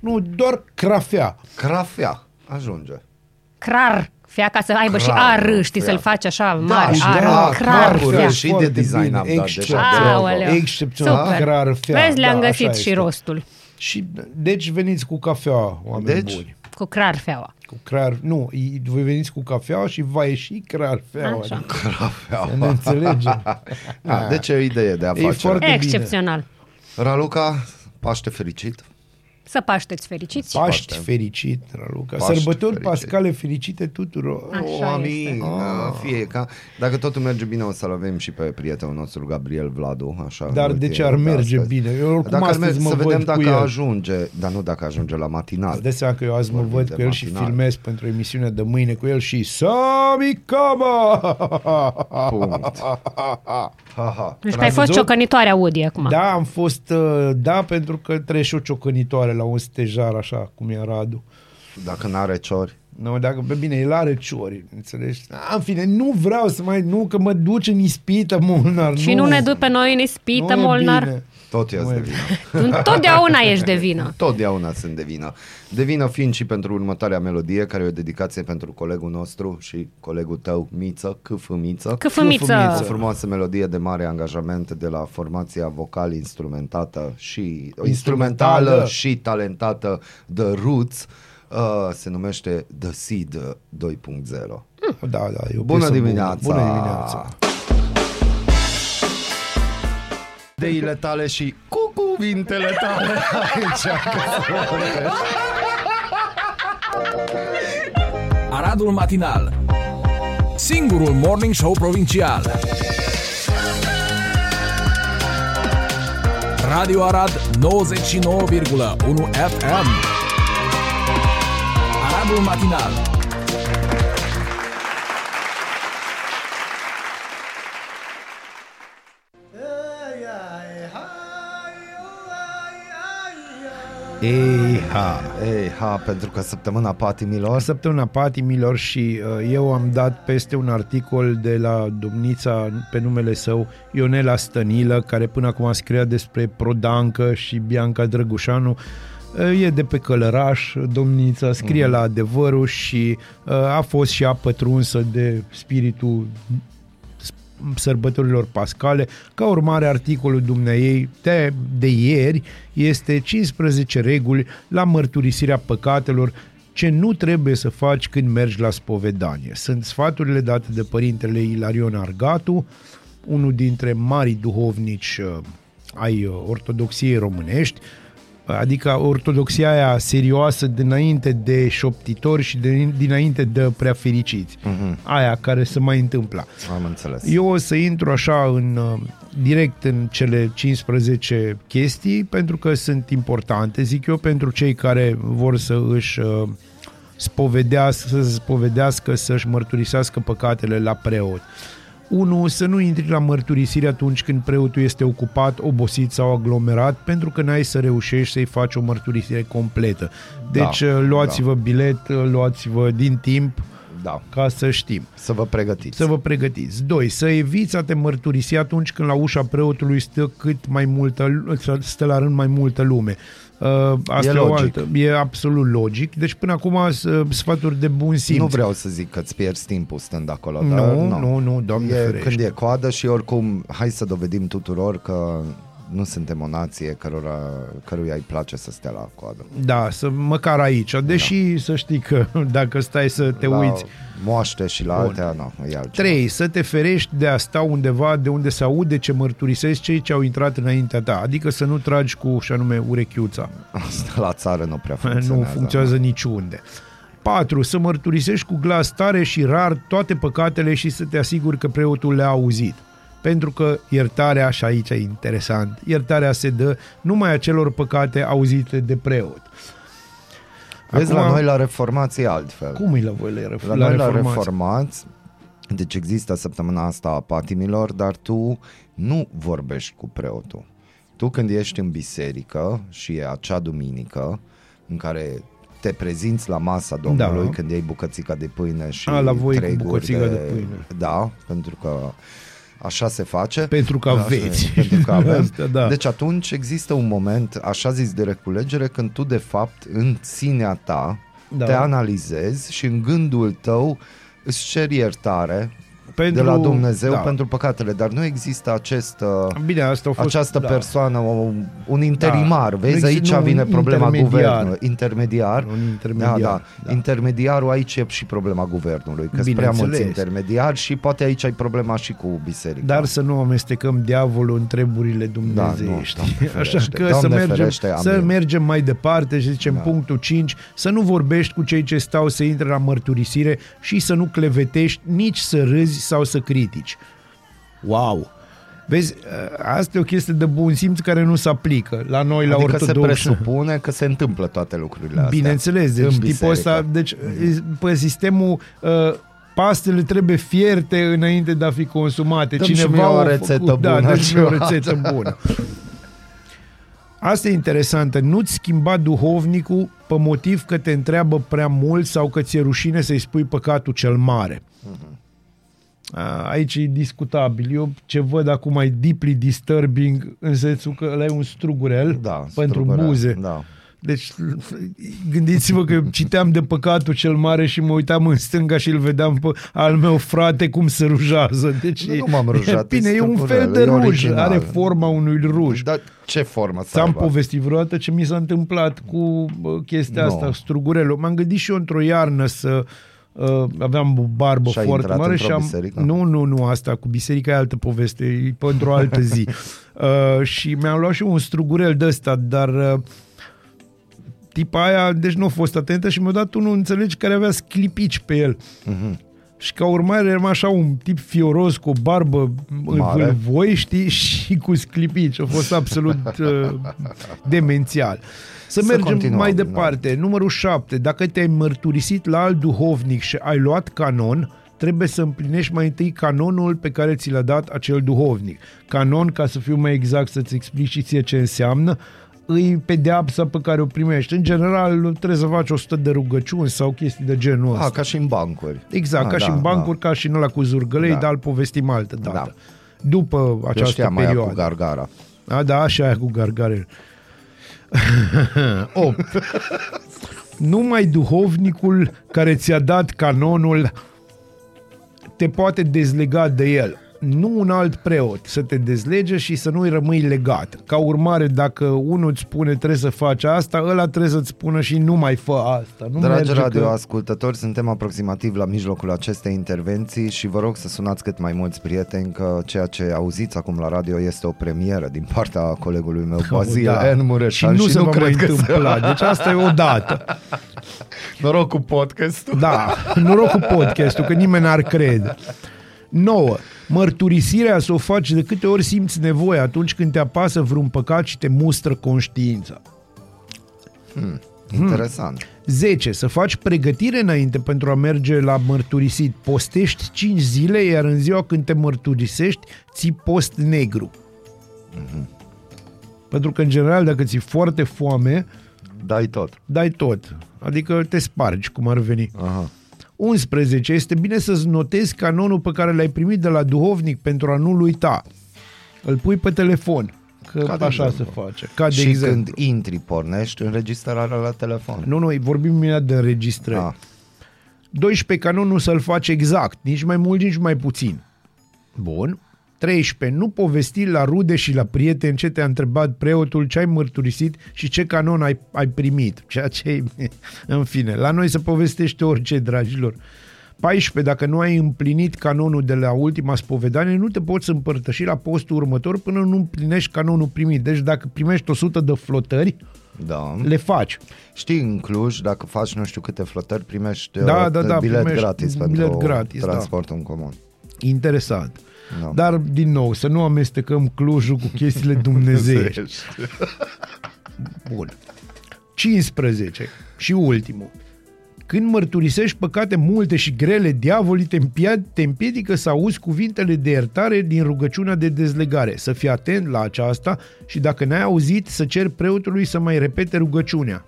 Nu, doar crafea.
Crafea. Ajunge.
Crar. Fea ca să aibă și
Crar,
ar, știi,
fea.
să-l faci așa
Da,
mare.
și
ar,
de la
crar,
crarul
fea.
ăla. și
Deci
de
Foarte
design
bine,
am dat deja
excepțional.
de
Aoleu.
Excepțional.
Super.
Crarfea,
Vezi, le-am
da,
găsit
așa
și
este.
rostul.
Și, deci veniți cu cafea, oameni
Deci?
buni.
Cu crar feaua.
Cu crar, nu, i- voi veniți cu cafea și va ieși crarfea.
Așa.
Adică,
Crafea.
ne înțelegem.
Da, deci e o idee de afacere.
foarte- bine.
Excepțional.
Raluca, Paște fericit.
Să pașteți fericiți.
Paști
Paște.
fericit, Raluca.
Paști
Sărbători
fericit.
pascale fericite tuturor.
Așa Deci
o, amin,
Oh.
ah. fie ca... Dacă totul merge bine, o să-l avem și pe prietenul nostru, Gabriel Vladu. Așa, în
Dar de
ultimul
ce ar
de
merge
astăzi.
bine? Eu oricum
dacă ar
astăzi
merge,
mă
să
văd
vedem
cu
dacă
el. Deci-
ajunge, dar nu dacă ajunge la matinal.
Îți dai seama că eu azi mă
Vorbim
văd
de
cu el și
matinal.
filmez pentru emisiunea de mâine cu el și Sami Cama!
Punct. Ha, ha.
Deci ai fost
văzut?
ciocănitoare Audi acum.
Da, am fost, uh, da, pentru că trece și o ciocănitoare la un stejar, așa cum e Radu.
Dacă n-are ciori.
Nu, dacă, bă, bine, el are ciori, înțelegi? A, În fine, nu vreau să mai, nu, că mă duce în ispită, Molnar,
Și nu ne duc pe noi în ispită,
Nu e
Molnar.
bine.
Tot e de
Măi.
vină.
Tu Întotdeauna ești de vină.
Totdeauna sunt de vină. De vină fiind și pentru următoarea melodie, care e o dedicație pentru colegul nostru și colegul tău, Miță, Câfă Miță.
Câfâmiță.
O frumoasă melodie de mare angajament de la formația vocal instrumentată și instrumentală
Instrumentală.
și talentată The Roots. Uh, se numește The Seed 2.0.
Da, da, e o
Bună
piesă
dimineața!
Bună, bună dimineața!
Ideile tale și cu cuvintele tale aici.
Aradul Matinal Singurul Morning Show Provincial Radio Arad 99,1 FM Aradul Matinal
Ei, ha!
Ei, ha, pentru că săptămâna patimilor
Săptămâna patimilor și uh, eu am dat peste un articol de la domnița pe numele său Ionela Stănilă, care până acum scria despre Prodancă și Bianca Drăgușanu. Uh, E de pe călăraș, domnița scrie mm-hmm. la adevărul și uh, a fost și a pătrunsă de spiritul sărbătorilor pascale. Ca urmare, articolul dumneei de, de ieri este 15 reguli la mărturisirea păcatelor ce nu trebuie să faci când mergi la spovedanie. Sunt sfaturile date de părintele Ilarion Argatu, unul dintre marii duhovnici uh, ai uh, ortodoxiei românești, adică ortodoxia aia serioasă dinainte de șoptitori și de, dinainte de prea fericiți. Aia care se mai întâmpla.
Am înțeles.
Eu o să intru așa în uh, direct în cele 15 chestii pentru că sunt importante, zic eu, pentru cei care vor să își uh, spovedească, să se spovedească, să-și mărturisească păcatele la preot. 1. Să nu intri la mărturisire atunci când preotul este ocupat, obosit sau aglomerat, pentru că n-ai să reușești să-i faci o mărturisire completă. Deci
Da,
da, luați-vă bilet, uh, luați-vă uh, din timp,
Da.
ca să știm.
Să vă pregătiți.
Să vă pregătiți. 2. Să eviți a te mărturisi atunci când la ușa preotului stă cât mai multă, lu- stă la rând mai multă lume. Uh, Asta
E
e, o
logic.
altă, e absolut logic. Deci până acum s- sfaturi de bun simț.
Nu vreau să zic că-ți pierzi timpul stând acolo,
Nu,
dar
nu, nu, Doamne
e,
ferește.
Când e coadă și oricum, hai să dovedim tuturor că nu suntem o nație cărora, căruia îi place să stea la coadă.
Da, să măcar aici. Deși da. să știi că dacă stai să te
la
uiți
moaște și la altea, nu, e altceva.
3. Să te ferești de a sta undeva de unde se aude ce mărturisesc cei ce au intrat înaintea ta, adică să nu tragi cu, și anume, urechiuța.
Asta la țară nu prea funcționează. da.
Nu funcționează niciunde. 4. Să mărturisești cu glas tare și rar toate păcatele și să te asiguri că preotul le-a auzit. Pentru că iertarea, și aici e interesant, iertarea se dă numai acelor păcate auzite de preot.
Vezi,
Acum-
la noi la reformație e altfel.
Cum e la voi la, ref-
La, la noi la
reformați?
reformați, deci există săptămâna asta a patimilor, dar tu nu vorbești cu preotul. Tu când ești în biserică și e acea duminică în care te prezinți la masa Domnului
Da.
când iei bucățica de pâine și
A, la voi cu
treguri
bucățica de pâine.
Da, pentru că așa se face.
Pentru că
Așa,
aveți.
Pentru că avem.
Asta, da.
Deci atunci există un moment, așa zis, de reculegere când tu, de fapt, în ținea ta,
Da.
da. te analizezi și în gândul tău îți ceri iertare
Pentru-
de la Dumnezeu
da.
pentru păcatele, dar nu există acest, uh,
Bine, asta a fost...
această
da.
persoană, o, un interimar.
Nu
Vezi,
exi-
aici
nu, un
vine problema
intermediar.
guvernului. Intermediar.
Un intermediar,
Da, da.
da.
Intermediarul aici e și problema guvernului, că sunt prea mulți
Bineînțeles.
intermediari și poate aici ai problema și cu biserica.
Dar să nu amestecăm diavolul în treburile dumnezeiești.
Da, nu, Doamne
Așa
ferește.
că să
Doamne
mergem,
ferește, amin.
să mergem mai departe și zicem da.
Da.
punctul 5, să nu vorbești cu cei ce stau să intre la mărturisire și să nu clevetești, nici să râzi sau să critici. Wow! Vezi, ă, asta e o chestie de bun simț care nu se aplică la noi, la
adică se
ortodoxi.
presupune că se întâmplă toate lucrurile astea.
Bineînțeles, deci
în
tipul
biserică.
ăsta, deci pe sistemul uh, pastele trebuie fierte înainte de a fi consumate.
Dăm și
Cineva
mie o
a făcut-
rețetă
da,
bună,
dă și mie o
ceva.
rețetă bună. Asta e interesantă. Nu-ți schimba duhovnicul pe motiv că te întreabă prea mult sau că ți-e rușine să-i spui păcatul cel mare. A, Aici e discutabil. Eu ce văd acum e deeply disturbing în sensul că ăla e un strugurel
Da,
pentru
strugurel,
buze.
Da.
Deci gândiți-vă că citeam de păcatul cel mare și mă uitam în stânga și îl vedeam pe al meu frate cum se rujează. Deci,
Nu, nu m-am rujat,
Bine,
e
e un
strâmburel,
fel de
e
ruj,
original. Da,
are forma unui ruj.
Dar ce formă să
Ți-am
aibă?
povestit vreodată ce mi s-a întâmplat cu bă, chestia
Nu.
asta, strugurelul. M-am gândit și eu într-o iarnă să... Uh, aveam o barbă
Și ai
foarte
intrat
mare
într-o
și am...
biserică?
Nu, nu, nu, asta cu biserica e altă poveste, e pentru o altă zi. Uh, și mi-am luat și eu un strugurel de ăsta, dar uh, tipa aia, deci nu a fost atentă și mi-a dat unul, înțelegi, care avea sclipici pe el. Și ca urmare era așa un tip fioros cu o barbă
Mare.
Mare. voi, știi, și cu sclipici. A fost absolut uh, demențial. Să,
Să
mergem
continuăm,
mai
da.
departe. Numărul 7. Dacă te-ai mărturisit la alt duhovnic și ai luat canon, trebuie să împlinești mai întâi canonul pe care ți l-a dat acel duhovnic. Canon, ca să fiu mai exact, să-ți explic și ție ce înseamnă, îi pedeapsa pe care o primești. În general, trebuie să faci 100 de rugăciuni sau chestii de genul ăsta.
A, Ah, ca și în bancuri.
Exact,
Ah,
ca
da,
și în bancuri,
Da.
ca și în ăla cu zurgălei, da.
Da.
dar îl povestim altă dată. Da.
Da.
După
Eu
această
știam aia cu
perioadă.
gargara.
A, da, și aia cu gargarel. 8. Numai duhovnicul care ți-a dat canonul te poate dezlega de el. Nu un alt preot să te dezlege și să nu-i rămâi legat. Ca urmare, dacă unul îți spune trebuie să faci asta, ăla trebuie să-ți spună și nu mai fă asta. Nu
Dragi
merge că...
radioascultători, suntem aproximativ la mijlocul acestei intervenții și vă rog să sunați cât mai mulți prieteni că ceea ce auziți acum la radio este o premieră din partea colegului meu, Bazil da. N.
și
Mureșan
nu se va mai
cred că se...
întâmpla. Deci asta e o dată.
Noroc cu podcastul.
Da, noroc cu podcastul, că nimeni n-ar crede. 9. Mărturisirea să o faci de câte ori simți nevoie atunci când te apasă vreun păcat și te mustră conștiința. Da. Hmm.
Interesant.
10. Să faci pregătire înainte pentru a merge la mărturisit. Postești 5 zile, iar în ziua când te mărturisești, ții post negru. Mhm. Pentru că, în general, dacă ți-e foarte foame,
Dai tot.
dai tot. Adică te spargi, cum ar veni.
Aha.
11. 11. Este bine să-ți notezi canonul pe care l-ai primit de la duhovnic pentru a nu-l uita. Îl pui pe telefon. Că
Ca de
așa se
exemplu.
face. Ca de
și
exemplu.
când intri, pornești înregistrarea la telefon.
Nu, nu, vorbim imediat de înregistrări.
Ah,
12 canonul să-l faci exact, nici mai mult, nici mai puțin. Bun. 13. Nu povesti la rude și la prieteni ce te-a întrebat preotul, ce ai mărturisit și ce canon ai, ai primit. Ceea ce În fine, la noi se povestește orice, dragilor. 14. Dacă nu ai împlinit canonul de la ultima spovedanie, nu te poți împărtăși la postul următor până nu împlinești canonul primit. Deci dacă primești 100 de flotări,
da.
le faci.
Știi, în Cluj, dacă faci nu știu câte flotări, primești
Da,
uh,
da, da,
bilet
primești
gratis
bilet
pentru
gratis, da.
transportul în comun.
Interesant.
Da.
Da. Dar, din nou, să nu amestecăm Clujul cu chestiile dumnezeiești. Bun. 15. Și ultimul. Când mărturisești păcate multe și grele, diavolii te, împia- te împiedică să auzi cuvintele de iertare din rugăciunea de dezlegare. Să fii atent la aceasta și dacă n-ai auzit, să ceri preotului să mai repete rugăciunea.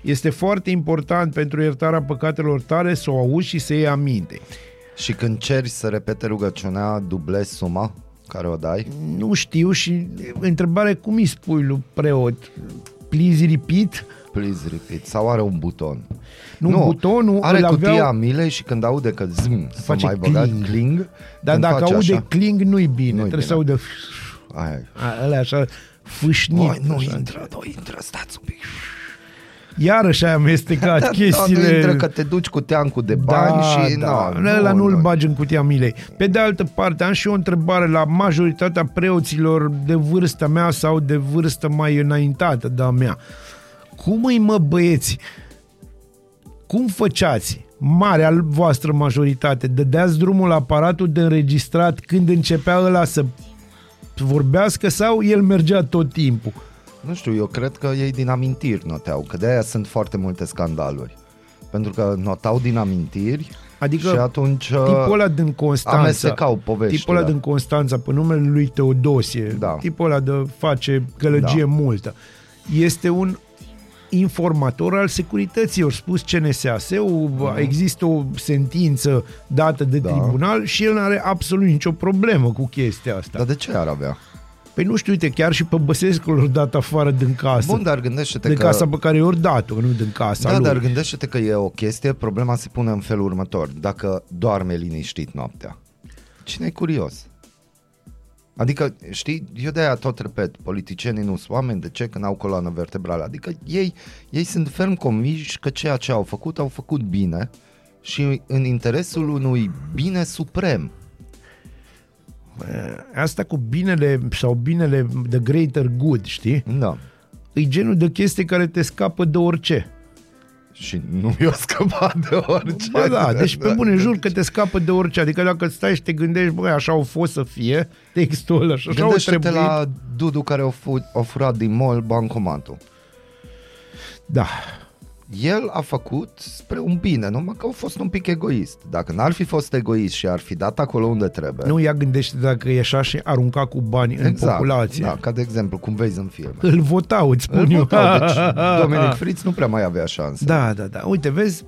Este foarte important pentru iertarea păcatelor tale să o auzi și să iei aminte.
Și când ceri să repete rugăciunea, dublezi suma care o dai?
Nu știu și întrebare cum îi spui lui preot? Please repeat?
Please repeat. Sau are un buton?
Nu, butonul
Are
îl
cutia
aveau-
milei și când aude că zâm, să
Face
mai băgat
cling.
cling,
Dar
când
dacă
face
aude
așa,
cling, nu-i bine.
Nu-i
Nu-i Trebuie
bine.
să audă
Aia.
a- ăla așa fâșnit.
Băi, nu
așa.
intră, nu intră, stați un pic.
Iarăși ai amestecat chestiile.
Da, nu intră că te duci cu teancul de bani și...
da.
na,
Ăla
nu,
nu-l bagi în cutia milei. Pe de altă parte, am și o întrebare la majoritatea preoților de vârsta mea sau de vârstă mai înaintată de-a mea. Cum îi mă băieți? Cum făceați? Marea voastră majoritate, dădeați drumul la aparatul de înregistrat când începea ăla să vorbească sau el mergea tot timpul?
Nu știu, eu cred că ei din amintiri noteau, că de-aia sunt foarte multe scandaluri. Pentru că notau din amintiri
Adică
și atunci... uh,
tipul ăla din Constanța.
amestecau poveștile.
Tipul ăla din Constanța, pe numele lui Teodosie.
Da.
Tipul ăla de face călăgie
Da.
da. multă. Este un informator al securității, ori spus CNSAS-ul, există o sentință dată de
Mhm. Da.
da. tribunal și el nu are absolut nicio problemă cu chestia asta.
Dar
Da.
de ce ar avea?
Păi nu știu, uite, chiar și pe Băsescu l-au dat afară din casă.
Bun, dar gândește-te
de
că...
casa pe care i-au dat-o, nu din casa
Da,
lui.
dar gândește-te că e o chestie, problema se pune în felul următor. Dacă doarme liniștit noaptea, cine e curios? Adică, știi, eu de-aia tot repet, politicienii nu sunt oameni, de ce? Că n-au coloană vertebrală. Adică ei, ei sunt ferm convinși că ceea ce au făcut, au făcut bine și în interesul unui bine suprem.
Asta cu binele sau binele de greater good, știi?
Da.
e genul de chestie care te scapă de orice.
Și nu i-a scăpat de orice.
Bă, da, deci pe bune jur că te scapă de orice. Adică dacă stai și te gândești, băi, așa au fost să fie, textul ăla și așa au
Gândește-te
trebuit. La...
la Dudu care a, fu- a furat din mall bancomatul.
Da.
el a făcut spre un bine, numai că a fost un pic egoist. Dacă n-ar fi fost egoist și ar fi dat acolo unde trebuie.
Nu, ia gândește dacă e așa și arunca cu bani exact, în populație. Păi
Da,
Da.
ca de exemplu, cum vezi în film.
Îl votau, îți spun
Îl
eu.
votau, deci Dominic Fritz nu prea mai avea șanse.
Da, da, da. Uite, vezi,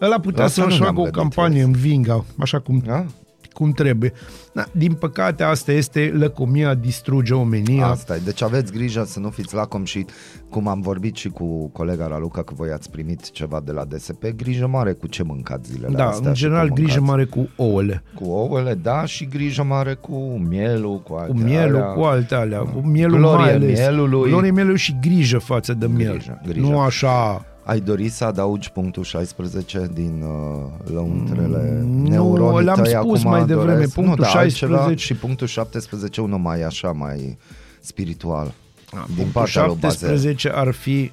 ăla putea
Asta
să-și
nu ne-am
facă o
gândit,
campanie
vezi.
în Vinga, așa cum,
Da?
cum trebuie. Da, din păcate, asta este lăcomia distruge omenia.
Asta e. Deci aveți grijă să nu fiți lacom și cum am vorbit și cu colega Raluca că voi ați primit ceva de la DSP, grijă mare cu ce mâncați zilele
da,
astea
în
și
general,
cum
grijă
mâncați.
mare cu ouăle.
Cu ouăle, da, și grijă mare cu mielul, cu alte
cu mielul,
alea.
cu alte alea, cu mielul
Glorie
mai ales.
mielului.
Glorie mielului și grijă față de miel.
Grijă, grijă.
Nu așa...
Ai dori să adaugi punctul 16 din uh, lăuntrele mm,
nu,
neuronii
l-am
tăi
spus
acum
mai devreme,
doresc?
punctul
nu, da,
16.
altceva și punctul 17, unul mai așa, mai spiritual.
Ah,
A, din
Cu
partea lui Bazel.
17 ar fi...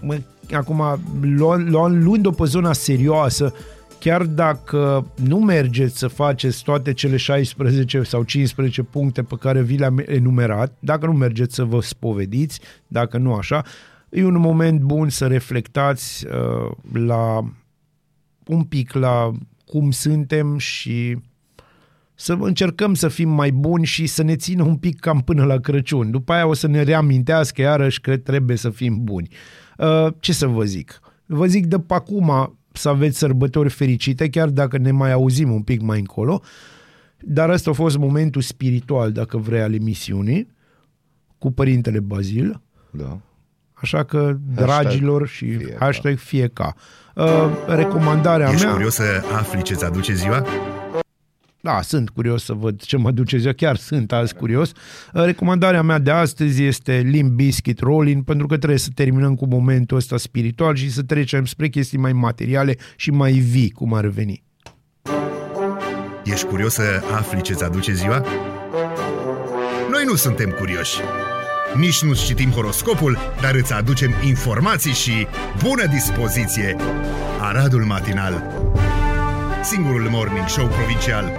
Mă, acum, luând- luând- luând-o pe zona serioasă, chiar dacă nu mergeți să faceți toate cele 16 sau 15 puncte pe care vi le-am enumerat, dacă nu mergeți să vă spovediți, dacă nu așa, e un moment bun să reflectați uh, la un pic la cum suntem și să încercăm să fim mai buni și să ne țină un pic cam până la Crăciun. După aia o să ne reamintească iarăși că trebuie să fim buni. Uh, Ce să vă zic? Vă zic de pe acum să aveți sărbători fericite, chiar dacă ne mai auzim un pic mai încolo. Dar ăsta a fost momentul spiritual, dacă vrei, al emisiunii cu părintele Bazil.
Da.
Așa că, dragilor și
fie ca.
hashtag fie ca. Uh, recomandarea
Ești
mea...
curios să afli ce-ți aduce ziua?
Da, sunt curios să văd ce mă duce ziua, chiar sunt azi curios. Uh, Recomandarea mea de astăzi este Limp Biscuit Rolling, pentru că trebuie să terminăm cu momentul ăsta spiritual și să trecem spre chestii mai materiale și mai vii, cum ar veni.
Ești curios să afli ce-ți aduce ziua? Noi nu suntem curioși. Nici nu citim horoscopul, dar îți aducem informații și bună dispoziție! Aradul Matinal Singurul Morning Show Provincial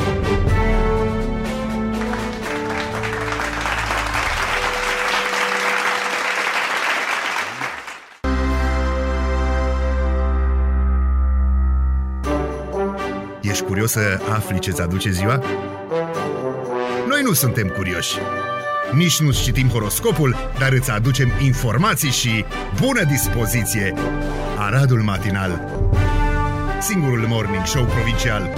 Ești curios să afli ce-ți aduce ziua? Noi nu suntem curioși. Nici nu citim horoscopul, dar îți aducem informații și bună dispoziție! Aradul Matinal Singurul Morning Show Provincial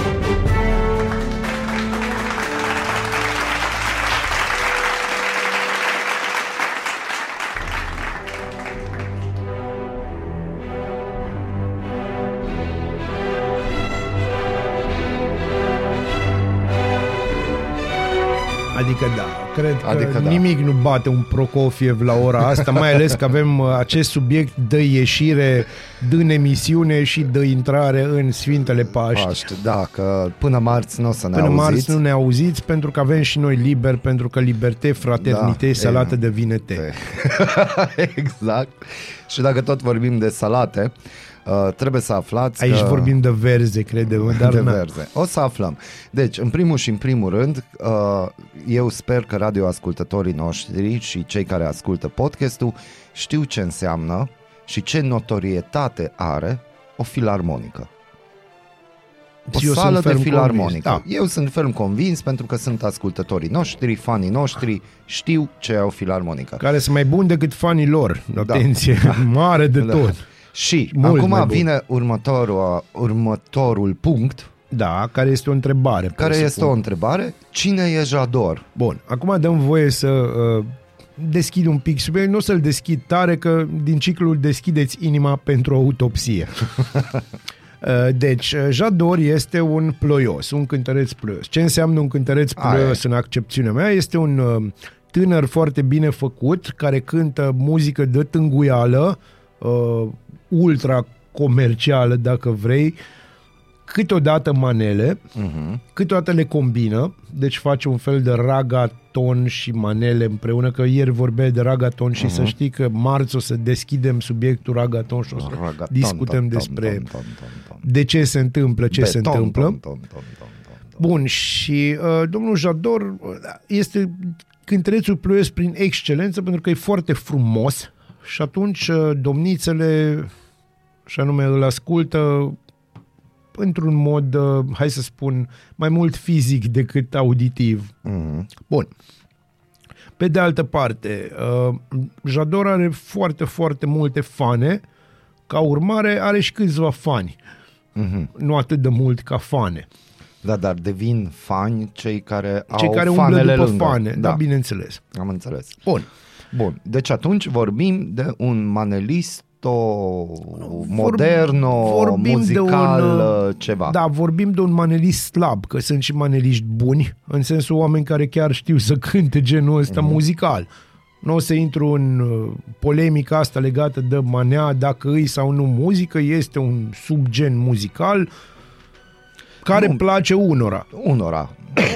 Adică da, cred că
Adică
adică
da.
da. nimic nu bate un Prokofiev la ora asta, mai ales că avem uh, acest subiect de ieșire din emisiune și de intrare în Sfintele Paști.
Paște, da, că până marți nu o să ne
Până
auziți.
marți nu ne auziți pentru că avem și noi liber, pentru că liberte, fraternite,
Da,
da, salată
e-
de vinete.
exact. Și dacă tot vorbim de salate, uh, trebuie să aflați
Aici
că...
vorbim de verze, crede-mă, dar
de
na.
verze. O să aflăm. Deci, în primul și în primul rând, uh, eu sper că radioascultătorii noștri și cei care ascultă podcastul știu ce înseamnă și ce notorietate are o filarmonică. O
Și eu
sală
sunt
de
ferm
filarmonică.
convins, Da,
Eu sunt ferm convins pentru că sunt ascultătorii noștri, fanii noștri, știu ce e o filarmonică.
Care sunt mai buni decât fanii lor. Atenție, mare de
Da.
tot.
Și
Mult mai
acum
bun.
vine următorul, uh, următorul punct,
Da, care este o întrebare.
care
presupun.
este o întrebare. Cine e Jador?
Bun, acum dăm voie să uh, deschid un pic subiectul. Nu o să-l deschid tare, că din ciclul deschideți inima pentru o autopsie. Uh, Deci, uh, Jador este un ploios, un cântăreț ploios. Ce înseamnă un cântăreț
Aia e.
ploios în accepțiunea mea? Este un uh, tânăr foarte bine făcut, care cântă muzică de tânguială, uh, ultra comercială, dacă vrei, câteodată manele,
Mm.
câteodată le combină, deci face un fel de ragaton și manele împreună, că ieri vorbeai de ragaton și să știi că marți o să deschidem subiectul ragaton și o să
Raga-
discutăm
tom, tom,
despre
tom, tom, tom, tom.
de ce se întâmplă, ce se
Beton,
întâmplă.
tom, tom, tom, tom, tom.
Bun, și uh, domnul Jador uh, este cântărețul ploiesc prin excelență pentru că e foarte frumos și atunci uh, domnițele, și anume îl ascultă într-un mod, uh, hai să spun, mai mult fizic decât auditiv.
Mhm.
Bun. Pe de altă parte, uh, Jador are foarte, foarte multe fane, ca urmare are și câțiva fani. Nu atât de mult ca fane
Da, dar devin fani cei care
cei
au
care umblă
fanele
după
lângă.
fane, da.
da,
da, bineînțeles.
am înțeles.
Bun.
Bun, deci atunci vorbim de un manelisto moderno, muzical,
uh,
ceva.
Da, vorbim de un manelist slab, că sunt și maneliști buni, în sensul oameni care chiar știu să cânte genul ăsta
Mhm.
mm-hmm. muzical. Nu o să intru în uh, polemica asta legată de manea, dacă îi sau nu muzică, este un subgen muzical care
Nu.
place unora.
Unora.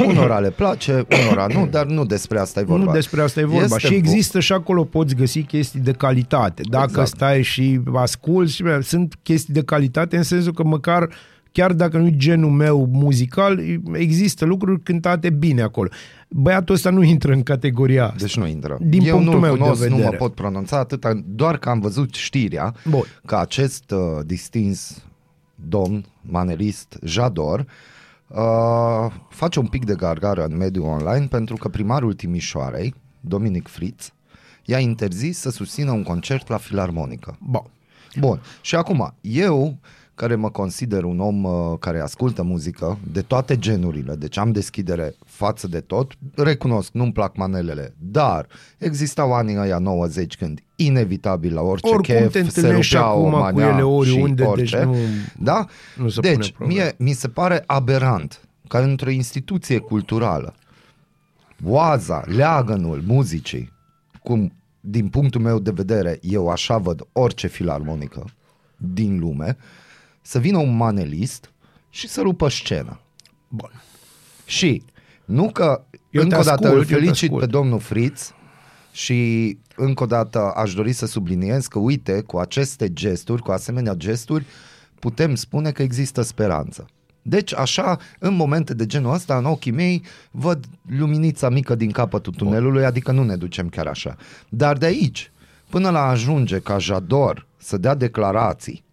Unora le place, unora nu, dar nu despre asta e vorba.
Nu despre asta e vorba.
Este
și
vo-
există și acolo poți găsi chestii de calitate. Dacă
Exact.
exact. stai și asculți, și- sunt chestii de calitate în sensul că măcar chiar dacă nu e genul meu muzical, există lucruri cântate bine acolo. Băiatul ăsta nu intră în categoria asta.
Deci nu intră.
Din
Eu
punctul
nu
meu de
cunosc, nu mă
vedere.
pot pronunța atâta, doar că am văzut știrea
Bun.
că acest uh, distins domn, manerist, Jador, uh, face un pic de gargară în mediul online pentru că primarul Timișoarei, Dominic Fritz, i-a interzis să susțină un concert la filarmonică.
Bun.
Bun. Și acum, eu, care mă consider un om uh, care ascultă muzică de toate genurile, deci am deschidere față de tot, recunosc, nu-mi plac manelele, dar existau anii ăia 90 când inevitabil la orice
Oricum
chef
te
se
întâlnești
rupea
acum
o
cu
manea
ele oriunde,
și
deci
orice.
nu-
da?
nu se pune
deci,
problema.
mie, mi se pare aberant ca într-o instituție culturală oaza, leagănul muzicii, cum din punctul meu de vedere eu așa văd orice filarmonică din lume, să vină un manelist și să rupă scena.
Bun.
Și nu că
Eu te
încă o dată
ascult,
îl
eu te
felicit
ascult.
pe domnul Fritz și încă o dată aș dori să subliniez că uite, cu aceste gesturi, cu asemenea gesturi, putem spune că există speranță. Deci așa, în momente de genul ăsta, în ochii mei, văd luminița mică din capătul tunelului, adică nu ne ducem chiar așa. Dar de aici, până la a ajunge ca Jador să dea declarații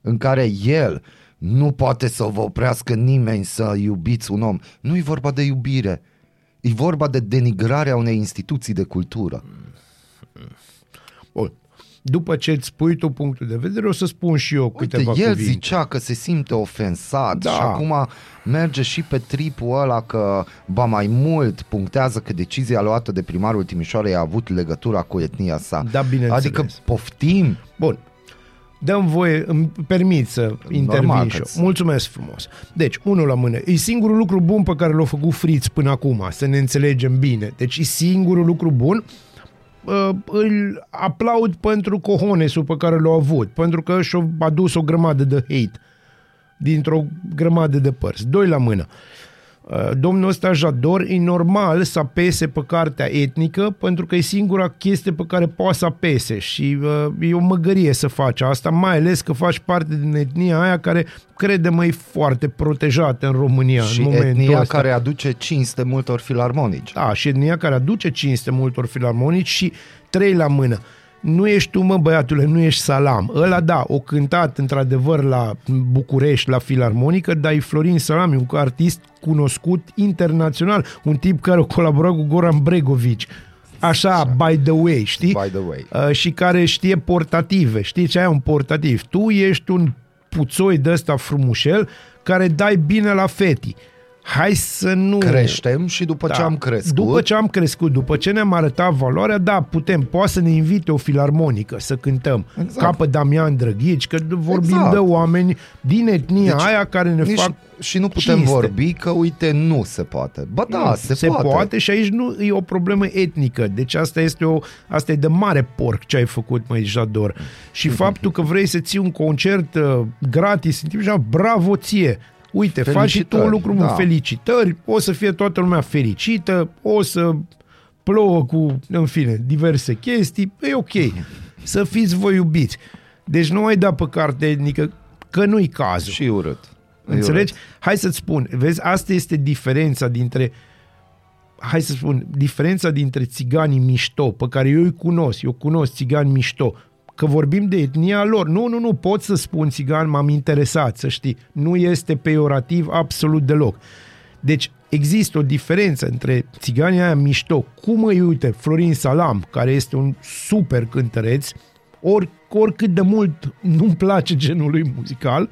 în care el nu poate să vă oprească nimeni să iubiți un om. Nu e vorba de iubire. E vorba de denigrarea unei instituții de cultură.
Bun. După ce îți spui tu punctul de vedere, o să spun și eu
Uite,
câteva
el
cuvinte.
zicea că se simte ofensat
Da.
da. și acum merge și pe tripul ăla că, ba mai mult, punctează că decizia luată de primarul Timișoarei a avut legătura cu etnia sa.
Da, bineînțeles.
Adică poftim.
Bun. Dăm voie, îmi permit să intervin și eu.
că-ți-
Mulțumesc frumos. Deci, unul la mână. E singurul lucru bun pe care l-a făcut Fritz până acum, să ne înțelegem bine. Deci e singurul lucru bun. Uh, Îl aplaud pentru cohonesul pe care l-a avut, pentru că și-a adus o grămadă de hate dintr-o grămadă de părți. Doi la mână. Uh, Domnul ăsta Jador e normal să apese pe cartea etnică pentru că e singura chestie pe care poate să apese și uh, e o măgărie să faci asta, mai ales că faci parte din etnia aia care, crede-mă, e foarte protejată în România
și
în momentul
etnia
ăsta.
care aduce cinste multor filarmonici.
Da, și etnia care aduce cinste multor filarmonici și trei la mână. Nu ești tu, mă, băiatule, nu ești salam. Ăla, da, o cântat, într-adevăr, la București, la filarmonică, dar e Florin Salam, e un artist cunoscut internațional, un tip care a colaborat cu Goran Bregovici. Așa, by the way, știi?
Exact. By the way.
Uh, și care știe portative. Știi ce ai un portativ? Tu ești un puțoi de ăsta frumușel care dai bine la feti. Hai să nu...
Creștem și după ce am crescut...
Da. După ce am crescut, după ce ne-am arătat valoarea, da, putem, poate să ne invite o filarmonică să cântăm.
Exact.
Ca pe Damian Drăghici, că vorbim
Exact.
de oameni din etnia deci, aia care ne
nici-
fac
Și nu putem
cinste.
vorbi că, uite, nu se poate. Ba da,
Nu,
se, poate.
Mm, și aici nu e o problemă etnică. Deci asta este o asta e de mare porc ce ai făcut, mai Jador.
Mm-hmm.
Și faptul că vrei să ții un concert uh, gratis în Timișoara, bravo ție. Uite, faci și tu un
Felicitări,
lucru bun,
da.
felicitări, o să fie toată lumea fericită, o să plouă cu, în fine, diverse chestii, e ok.
Mm-hmm.
Să fiți voi iubiți. Deci nu ai da pe carte etnică, că nu-i cazul.
Și urât. E
Înțelegi? Hai să-ți spun, vezi, asta este diferența dintre hai să spun, diferența dintre țiganii mișto, pe care eu îi cunosc, eu cunosc țigani mișto, că vorbim de etnia lor. Nu, nu, nu, pot să spun țigan, m-am interesat, să știi. Nu este peiorativ absolut deloc. Deci există o diferență între țiganii aia mișto, cum îi uite Florin Salam, care este un super cântăreț, ori, oricât de mult nu-mi place genul lui muzical,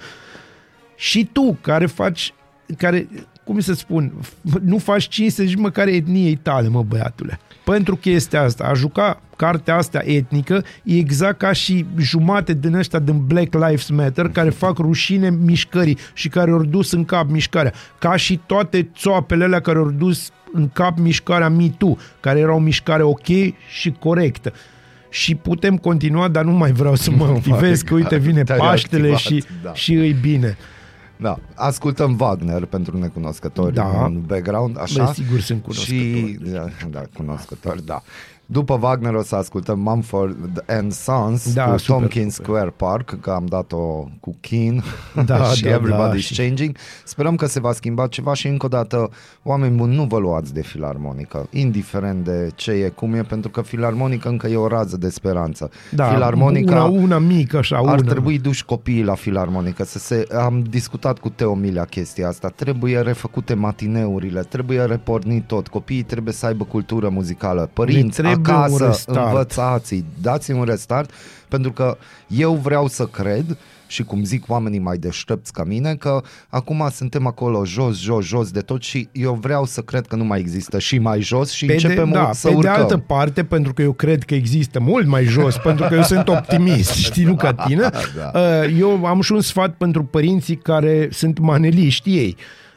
și tu care faci, care, cum să spun, f- nu faci cinste nici măcar etniei tale, mă băiatule. Pentru chestia asta, a juca cartea asta etnică e exact ca și jumate din ăștia din Black Lives Matter care fac rușine mișcării și care ori dus în cap mișcarea. Ca și toate țoapele alea care ori dus în cap mișcarea Me Too, care era o mișcare ok și corectă. Și putem continua, dar nu mai vreau să mă activez, că uite
God,
vine
te-ai
Paștele și,
activat, da.
și îi bine.
Da, ascultăm Wagner pentru necunoscători
Da.
da. în background, așa.
Bă, sigur sunt
Și, da, da, cunoscători, da. După Wagner o să ascultăm Mumford and Sons
Da,
cu
super,
Tompkins
super.
Square Park, că am dat-o cu Kin
Da,
și
da,
Everybody's
da, și-
Changing. Sperăm că se va schimba ceva și încă o dată, oameni buni, nu vă luați de filarmonică, indiferent de ce e, cum e, pentru că filarmonică încă e o rază de speranță.
Da, una,
filarmonica
una mică așa,
Ar
una.
trebui duși copiii la filarmonică să se, Am discutat cu Teo Milea chestia asta Trebuie refăcute matineurile Trebuie repornit tot Copiii trebuie să aibă cultură muzicală Părinți,
Le Trebuie un
acasă,
restart.
învățați-i, dați un restart, pentru că eu vreau să cred și cum zic oamenii mai deștepți ca mine, că acum suntem acolo jos, jos, jos de tot și eu vreau să cred că nu mai există și mai jos și
Pe de,
începem
da,
să
pe de
urcăm.
altă parte, pentru că eu cred că există mult mai jos, pentru că eu sunt optimist, știi, nu ca tine,
Da.
uh, eu am și un sfat pentru părinții care sunt maneliști ei.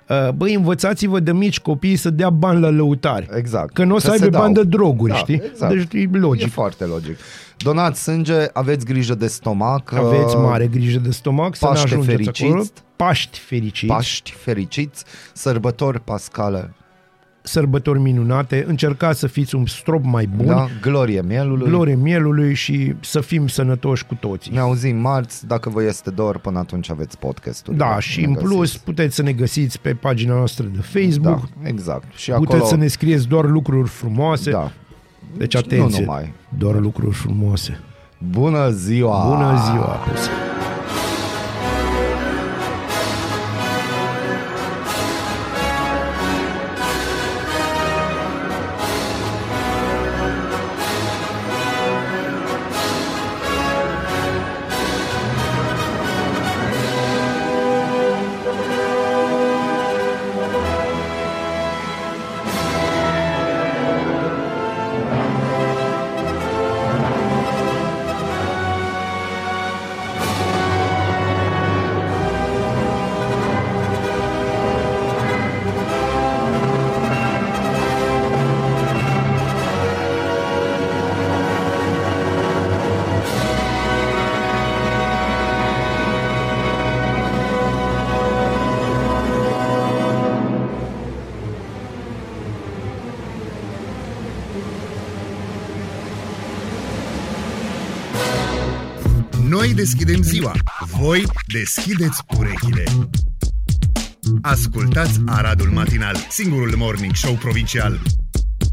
Uh, Băi, învățați-vă de mici copii să dea bani la lăutari.
Exact.
Că nu o să
Că se
aibă bani
dau.
de droguri,
Da,
știi?
exact.
Deci e
E
logic.
foarte logic. Donați sânge, aveți grijă de stomac.
Aveți
uh,
mare grijă de stomac, să ne
Paște
ajungeți
fericiți.
acolo. Paști fericiți,
Paști fericiți, sărbători pascale,
sărbători minunate, încercați să fiți un strop mai bun,
da? glorie mielului.
glorie mielului și să fim sănătoși cu toții.
Ne auzim marți, dacă vă este dor, până atunci aveți podcastul.
Da, și în plus puteți să ne găsiți pe pagina noastră de
Da,
Facebook,
exact. Și
puteți
acolo,
să ne scrieți doar lucruri frumoase.
Da.
Deci
Nu
atenție,
numai.
doar lucruri frumoase.
Bună ziua!
Bună ziua! Puse.
Noi deschidem ziua, voi deschideți urechile. Ascultați Aradul Matinal, singurul morning show provincial.